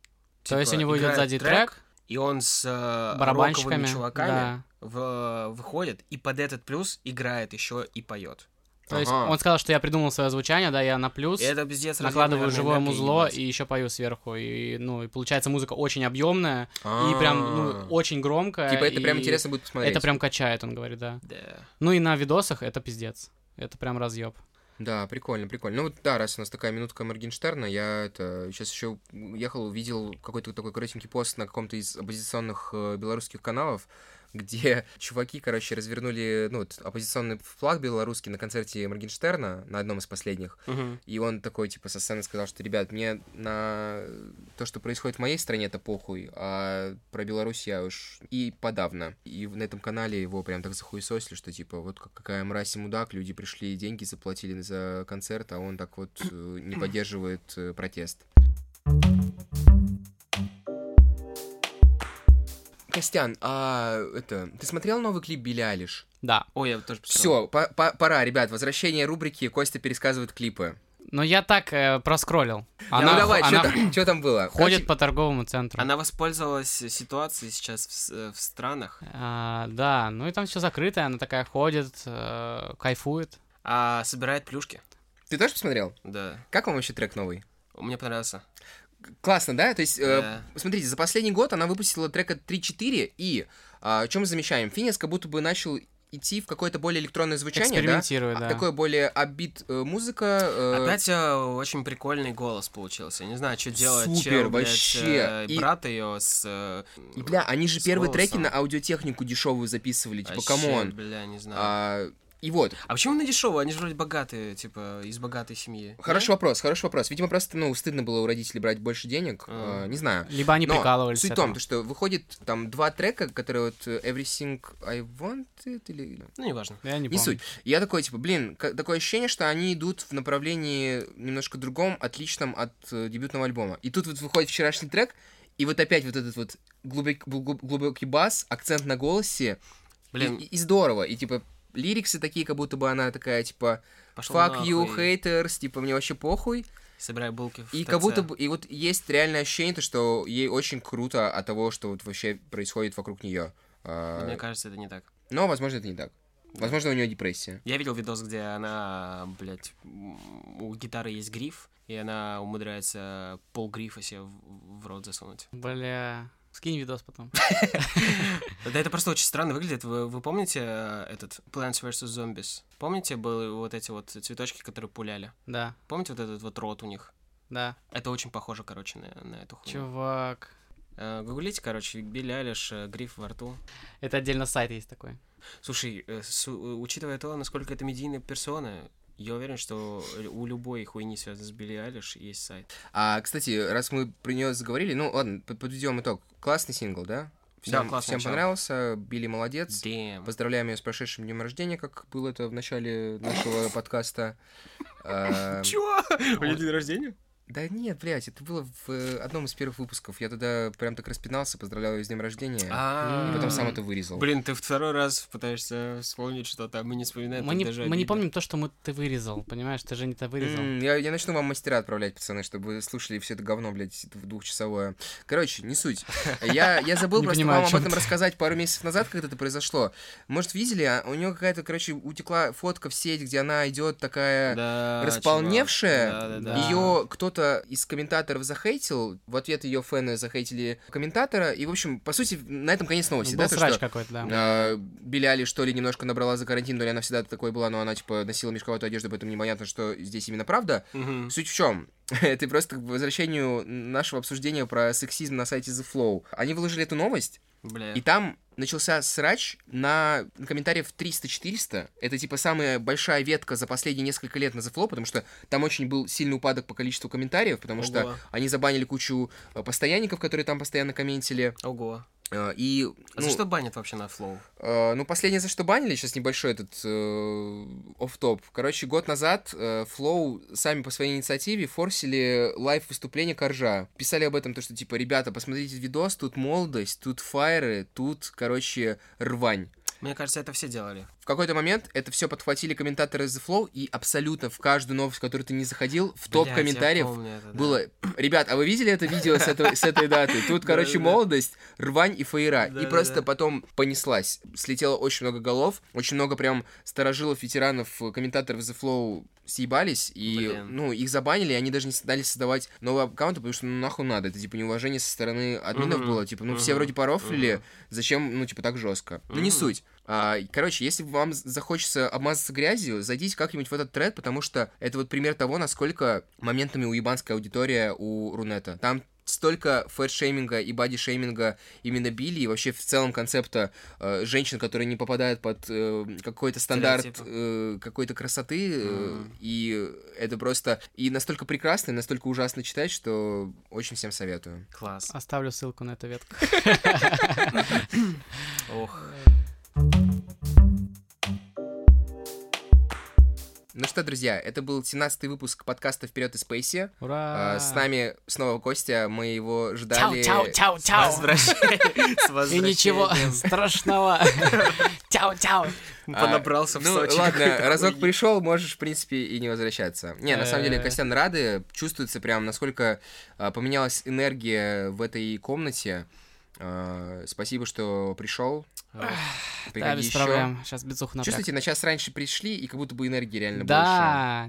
S1: То есть у
S3: Типа,
S1: него идет
S3: играет
S1: сзади трек,
S3: и он с э,
S1: барабанщиками.
S3: роковыми чуваками
S1: да.
S3: в- выходит, и под этот плюс играет еще и поет.
S1: То есть
S2: Ага.
S1: он сказал, что я придумал свое звучание, да, я на плюс.
S3: И это пиздец
S1: накладываю
S3: разрядная
S1: живое
S3: энергия,
S1: музло
S3: ебать.
S1: и еще пою сверху. И, ну, и получается музыка очень объемная и
S2: А.
S1: прям, ну, очень громкая.
S2: Типа это
S1: и
S2: прям интересно будет посмотреть.
S1: Это прям качает, он говорит, да.
S3: Да.
S1: Ну и на видосах это пиздец. Это прям разъеб.
S2: Да, прикольно, прикольно. Ну вот, да, раз у нас такая минутка Моргенштерна, я это сейчас еще ехал, увидел какой-то такой коротенький пост на каком-то из оппозиционных э, белорусских каналов, где чуваки, короче, развернули, ну, вот, оппозиционный флаг белорусский на концерте Моргенштерна, на одном из последних, и он такой, типа, со сцены сказал, что, ребят, мне на то, что происходит в моей стране, это похуй, а про Беларусь я уж и подавно. И в- на этом канале его прям так захуесосили, что, типа, вот как- какая мразь и мудак, люди пришли, деньги заплатили за концерт, а он так вот э, не поддерживает э, протест. Костян, а это, ты смотрел новый клип Билли Алиш?
S1: Да.
S3: Ой, я тоже посмотрел.
S2: Все, пора, ребят, возвращение рубрики «Костя пересказывает клипы».
S1: Но я так э, проскроллил.
S2: Ну
S1: Она,
S2: давай,
S1: она
S2: что там было?
S1: ходит по торговому центру.
S3: Она воспользовалась э, ситуацией сейчас в, с- э, в странах.
S1: А, да, ну и там все закрыто, она такая ходит, э, кайфует.
S3: А собирает плюшки.
S2: Короче, Ты тоже посмотрел?
S3: Да.
S2: Как вам вообще трек новый?
S3: Мне понравился.
S2: Классно, да? То есть, э,
S3: Да.
S2: смотрите, за последний год она выпустила трека 3-4, и а, о чем мы замечаем? Финес как будто бы начал идти в какое-то более электронное звучание, да?
S1: Экспериментирует, да.
S2: А, Такое более обит музыка. э,
S3: Опять э, очень прикольный голос получился. Я не знаю, что делать. э,
S2: Супер, вообще. И-
S3: брат ее с... э,
S2: и, бля, они же
S3: с
S2: первые треки
S3: голосом.
S2: на аудиотехнику дешевую записывали, типа,
S3: Вообще,
S2: камон.
S3: Бля, не знаю. А...
S2: А, и вот,
S3: почему она дешевая? Они же вроде богатые, типа, из богатой семьи.
S2: хороший вопрос, хороший вопрос. Видимо, просто, ну, стыдно было у родителей брать больше денег,
S3: А.
S2: э, не знаю.
S1: Либо они
S2: Но
S1: прикалывались. с
S2: Суть в
S1: этого.
S2: том, то, что выходит там два трека, которые вот э, Everything I Wanted или...
S3: Ну, неважно.
S1: Я не
S2: Не
S1: помню.
S2: суть. И Я такой, типа, блин, ка- такое ощущение, что они идут в направлении немножко другом, отличном от э, дебютного альбома. И тут вот выходит вчерашний трек, и вот опять вот этот вот глубок- глуб- глубокий бас, акцент на голосе.
S3: Блин.
S2: И, и здорово. И, типа, лириксы такие, как будто бы она такая, типа,
S3: Пошел
S2: fuck you,
S3: нахуй,
S2: haters, типа, мне вообще похуй.
S3: Собирай булки в
S2: И
S3: ТЦ.
S2: как будто бы, и вот есть реальное ощущение, то, что ей очень круто от того, что вот вообще происходит вокруг нее.
S3: Но Ну, Мне кажется, это не так.
S2: Но, возможно, это не так. Возможно, у нее депрессия.
S3: Я видел видос, где она, блядь, м, у гитары есть гриф, и она умудряется пол грифа себе в, в рот засунуть.
S1: Бля. Скинь видос потом.
S3: Да это просто очень странно выглядит. Вы, вы помните э, этот Plants vs. Zombies? Помните, были вот эти вот цветочки, которые пуляли?
S1: Да,
S3: Помните вот этот вот рот у них?
S1: да.
S3: Это очень похоже, короче, на, на эту хуйню.
S1: Чувак.
S3: Э, Гуглите, короче, Билли Алиш, э, гриф во рту.
S1: Это отдельно сайт есть такой.
S3: Слушай, э, с- учитывая то, насколько это медийная персона, я уверен, что у любой хуйни, связанной с Билли Алиш, есть сайт.
S2: А, кстати, раз мы про нее заговорили, ну ладно, п- подведем итог. Классный сингл, да? Всем,
S3: Да, классное
S2: всем
S3: начало.
S2: понравился, Билли молодец.
S3: Дэм.
S2: Поздравляем ее с прошедшим днем рождения, как было это в начале нашего подкаста. А,
S3: Чего? У нее день рождения?
S2: Да нет, блядь, это было в э, одном из первых выпусков. Я тогда прям так распинался, поздравлял ее с днем рождения,
S3: А,
S2: и потом сам
S1: м.
S2: это вырезал.
S3: Блин, ты второй раз пытаешься вспомнить что-то, а мы не вспоминаем.
S1: Мы
S3: это
S1: не,
S3: даже
S1: мы не
S3: обидно.
S1: помним то, что мы ты вырезал, понимаешь? Ты же не то вырезал.
S2: М, Я, я начну вам мастера отправлять, пацаны, чтобы вы слушали все это говно, блядь, в двухчасовое. Короче, не суть. Я, я забыл
S1: Не
S2: просто
S1: понимаю, о
S2: вам об
S1: чём
S2: этом
S1: ты.
S2: рассказать пару месяцев назад, когда это произошло. Может, видели, а у нее какая-то, короче, утекла фотка в сеть, где она идет такая
S3: Да,
S2: располневшая,
S3: чувак. Да, да, да.
S2: ее кто-то из комментаторов захейтил, в ответ ее фэны захейтили комментатора, и, в общем, по сути, на этом конец
S1: Ну,
S2: новости,
S1: Был
S2: да, то,
S1: срач
S2: что,
S1: какой-то, да.
S2: а, Билли Али, что ли, немножко набрала за карантин, то ли она всегда такой была, но она, типа, носила мешковатую одежду, поэтому непонятно, что здесь именно правда.
S3: Мгм.
S2: Суть в чем? Это просто к возвращению нашего обсуждения про сексизм на сайте The Flow. Они выложили эту новость,
S3: Бля.
S2: и там начался срач на комментариев 300-400. Это, типа, самая большая ветка за последние несколько лет на The Flow, потому что там очень был сильный упадок по количеству комментариев, потому что
S3: Ого.
S2: они забанили кучу э, постоянников, которые там постоянно комментили.
S3: Ого.
S2: Э, И,
S3: А
S2: ну,
S3: за что банят вообще на флоу?
S2: Э, ну, последнее, за что банили, сейчас небольшой этот оф топ Короче, год назад э, Flow сами по своей инициативе форсили лайв-выступление Коржа. Писали об этом, то, что, типа, ребята, посмотрите видос, тут молодость, тут фаеры, тут, короче, рвань.
S3: Мне кажется, это все делали.
S2: В какой-то момент это все подхватили комментаторы из The Flow, и абсолютно в каждую новость, в которую ты не заходил, в топ
S3: Блядь, я
S2: комментариев
S3: помню это, да.
S2: было, ребят, а вы видели это видео с, этого- с этой даты? Тут, короче,
S3: Да-да-да.
S2: молодость, рвань и фаера. И
S3: Да-да-да.
S2: просто потом понеслась. Слетело очень много голов, очень много прям старожилов, ветеранов, э, комментаторов The Flow съебались, и,
S3: Блин.
S2: ну, их забанили, и они даже не стали создавать новые аккаунты, потому что, ну, нахуй надо, это, типа, неуважение со стороны админов
S3: Мгм.
S2: было, типа, ну, все
S3: Мгм.
S2: вроде порофлили,
S3: Мгм.
S2: зачем, ну, типа, так жестко? Ну, не
S3: Мгм.
S2: суть. А, короче, если вам захочется обмазаться грязью, зайдите как-нибудь в этот тред, потому что это вот пример того, насколько моментами уебанская аудитория у Рунета. Там столько фэт-шейминга и боди-шейминга именно Билли, и вообще в целом концепта э, женщин, которые не попадают под э, какой-то стандарт
S3: Стереотипы.
S2: э, какой-то красоты, э,
S3: Мгм.
S2: и это просто... И настолько прекрасно, и настолько ужасно читать, что очень всем советую.
S3: Класс.
S1: Оставлю ссылку на эту ветку.
S3: Ох.
S2: Ну что, друзья, это был 17-й выпуск подкаста «Вперед из Спейси».
S1: Ура!
S2: Э, С нами снова Костя, мы его
S1: Чау,
S2: ждали.
S1: чау, чау, чау. И
S3: Возвращай.
S1: ничего страшного. Чау, чау.
S2: А,
S3: Понабрался в
S2: ну,
S3: Сочи.
S2: ладно,
S3: какой-то
S2: разок
S3: хуйни.
S2: пришел, можешь, в принципе, и не возвращаться. Не, на самом деле,
S1: Э.
S2: Костян рады. Чувствуется прям, насколько а, поменялась энергия в этой комнате. А, Спасибо, что пришел.
S1: Да, без проблем. Ну Сейчас бицуха напряг.
S2: Чувствуете, на час раньше пришли, и как будто бы энергии реально больше.
S1: Да.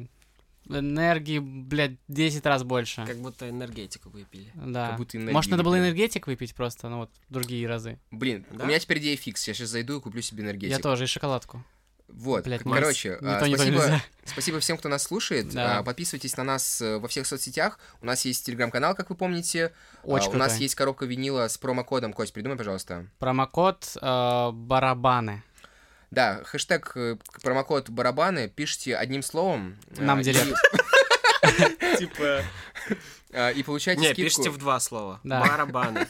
S1: Энергии, блядь, 10 раз больше.
S3: Как будто энергетику выпили.
S1: Да.
S2: как будто энергии
S1: Может, надо было
S2: выпил.
S1: энергетик выпить просто, ну вот, другие разы.
S2: Блин,
S3: Да?
S2: у меня теперь идея фикс. Я сейчас зайду и куплю себе энергетик.
S1: Я тоже, и шоколадку.
S2: Вот,
S1: Блядь,
S2: к-
S1: Макс,
S2: короче,
S1: ни
S2: а,
S1: то, ни то
S2: спасибо,
S1: нельзя.
S2: спасибо всем, кто нас слушает.
S1: Да.
S2: А, Подписывайтесь на нас э, во всех соцсетях. У нас есть телеграм-канал, как вы помните. А,
S1: Очень
S2: У нас
S1: крутой.
S2: есть коробка винила с промокодом. Кость, придумай, пожалуйста.
S1: Промокод э, барабаны.
S2: Да, хэштег э, к- промокод барабаны. Пишите одним словом.
S1: Нам
S2: а,
S1: в директ.
S3: Типа...
S2: И, а, и получайте
S3: Не, пишите
S2: скидку.
S3: в два слова.
S1: Да.
S3: Барабаны.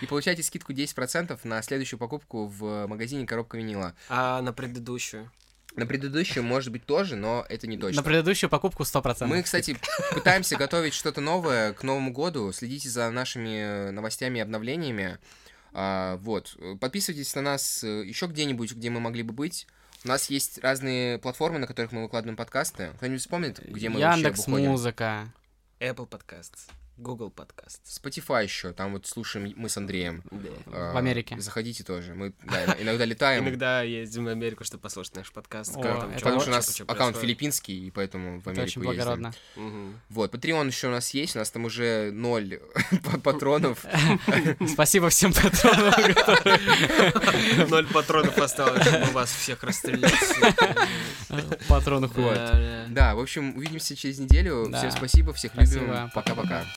S2: И получайте скидку 10% на следующую покупку в магазине коробка винила.
S3: А на предыдущую?
S2: На предыдущую, может быть, тоже, но это не точно.
S1: На предыдущую покупку 100%.
S2: Мы, кстати, пытаемся готовить что-то новое к Новому году. Следите за нашими э, новостями и обновлениями. А, вот. Подписывайтесь на нас еще где-нибудь, где мы могли бы быть. У нас есть разные платформы, на которых мы выкладываем подкасты. Кто-нибудь вспомнит, где мы
S1: Яндекс
S2: вообще выходим?
S1: Музыка.
S3: Apple Podcasts, Google Podcasts.
S2: Spotify еще, там вот слушаем мы с Андреем. А,
S1: В Америке.
S2: Заходите тоже. Мы да, иногда летаем,
S3: Иногда ездим в Америку, чтобы послушать наш подкаст.
S1: О,
S3: как там,
S1: это
S3: чё,
S2: потому что у
S3: чё,
S2: нас
S3: чё
S2: аккаунт
S3: происходит.
S2: филиппинский, и поэтому в
S1: Это
S2: Америку
S1: очень
S2: ездим.
S1: благородно.
S3: Мгм.
S2: Вот, Patreon еще у нас есть, у нас там уже ноль па- патронов.
S1: Спасибо всем патронам.
S3: Ноль патронов осталось, чтобы вас всех расстрелять.
S1: Патроны хуй.
S3: Да, да.
S2: Да, в общем, увидимся через неделю.
S1: Да.
S2: Всем спасибо, всех
S1: Спасибо.
S2: любим. Пока-пока.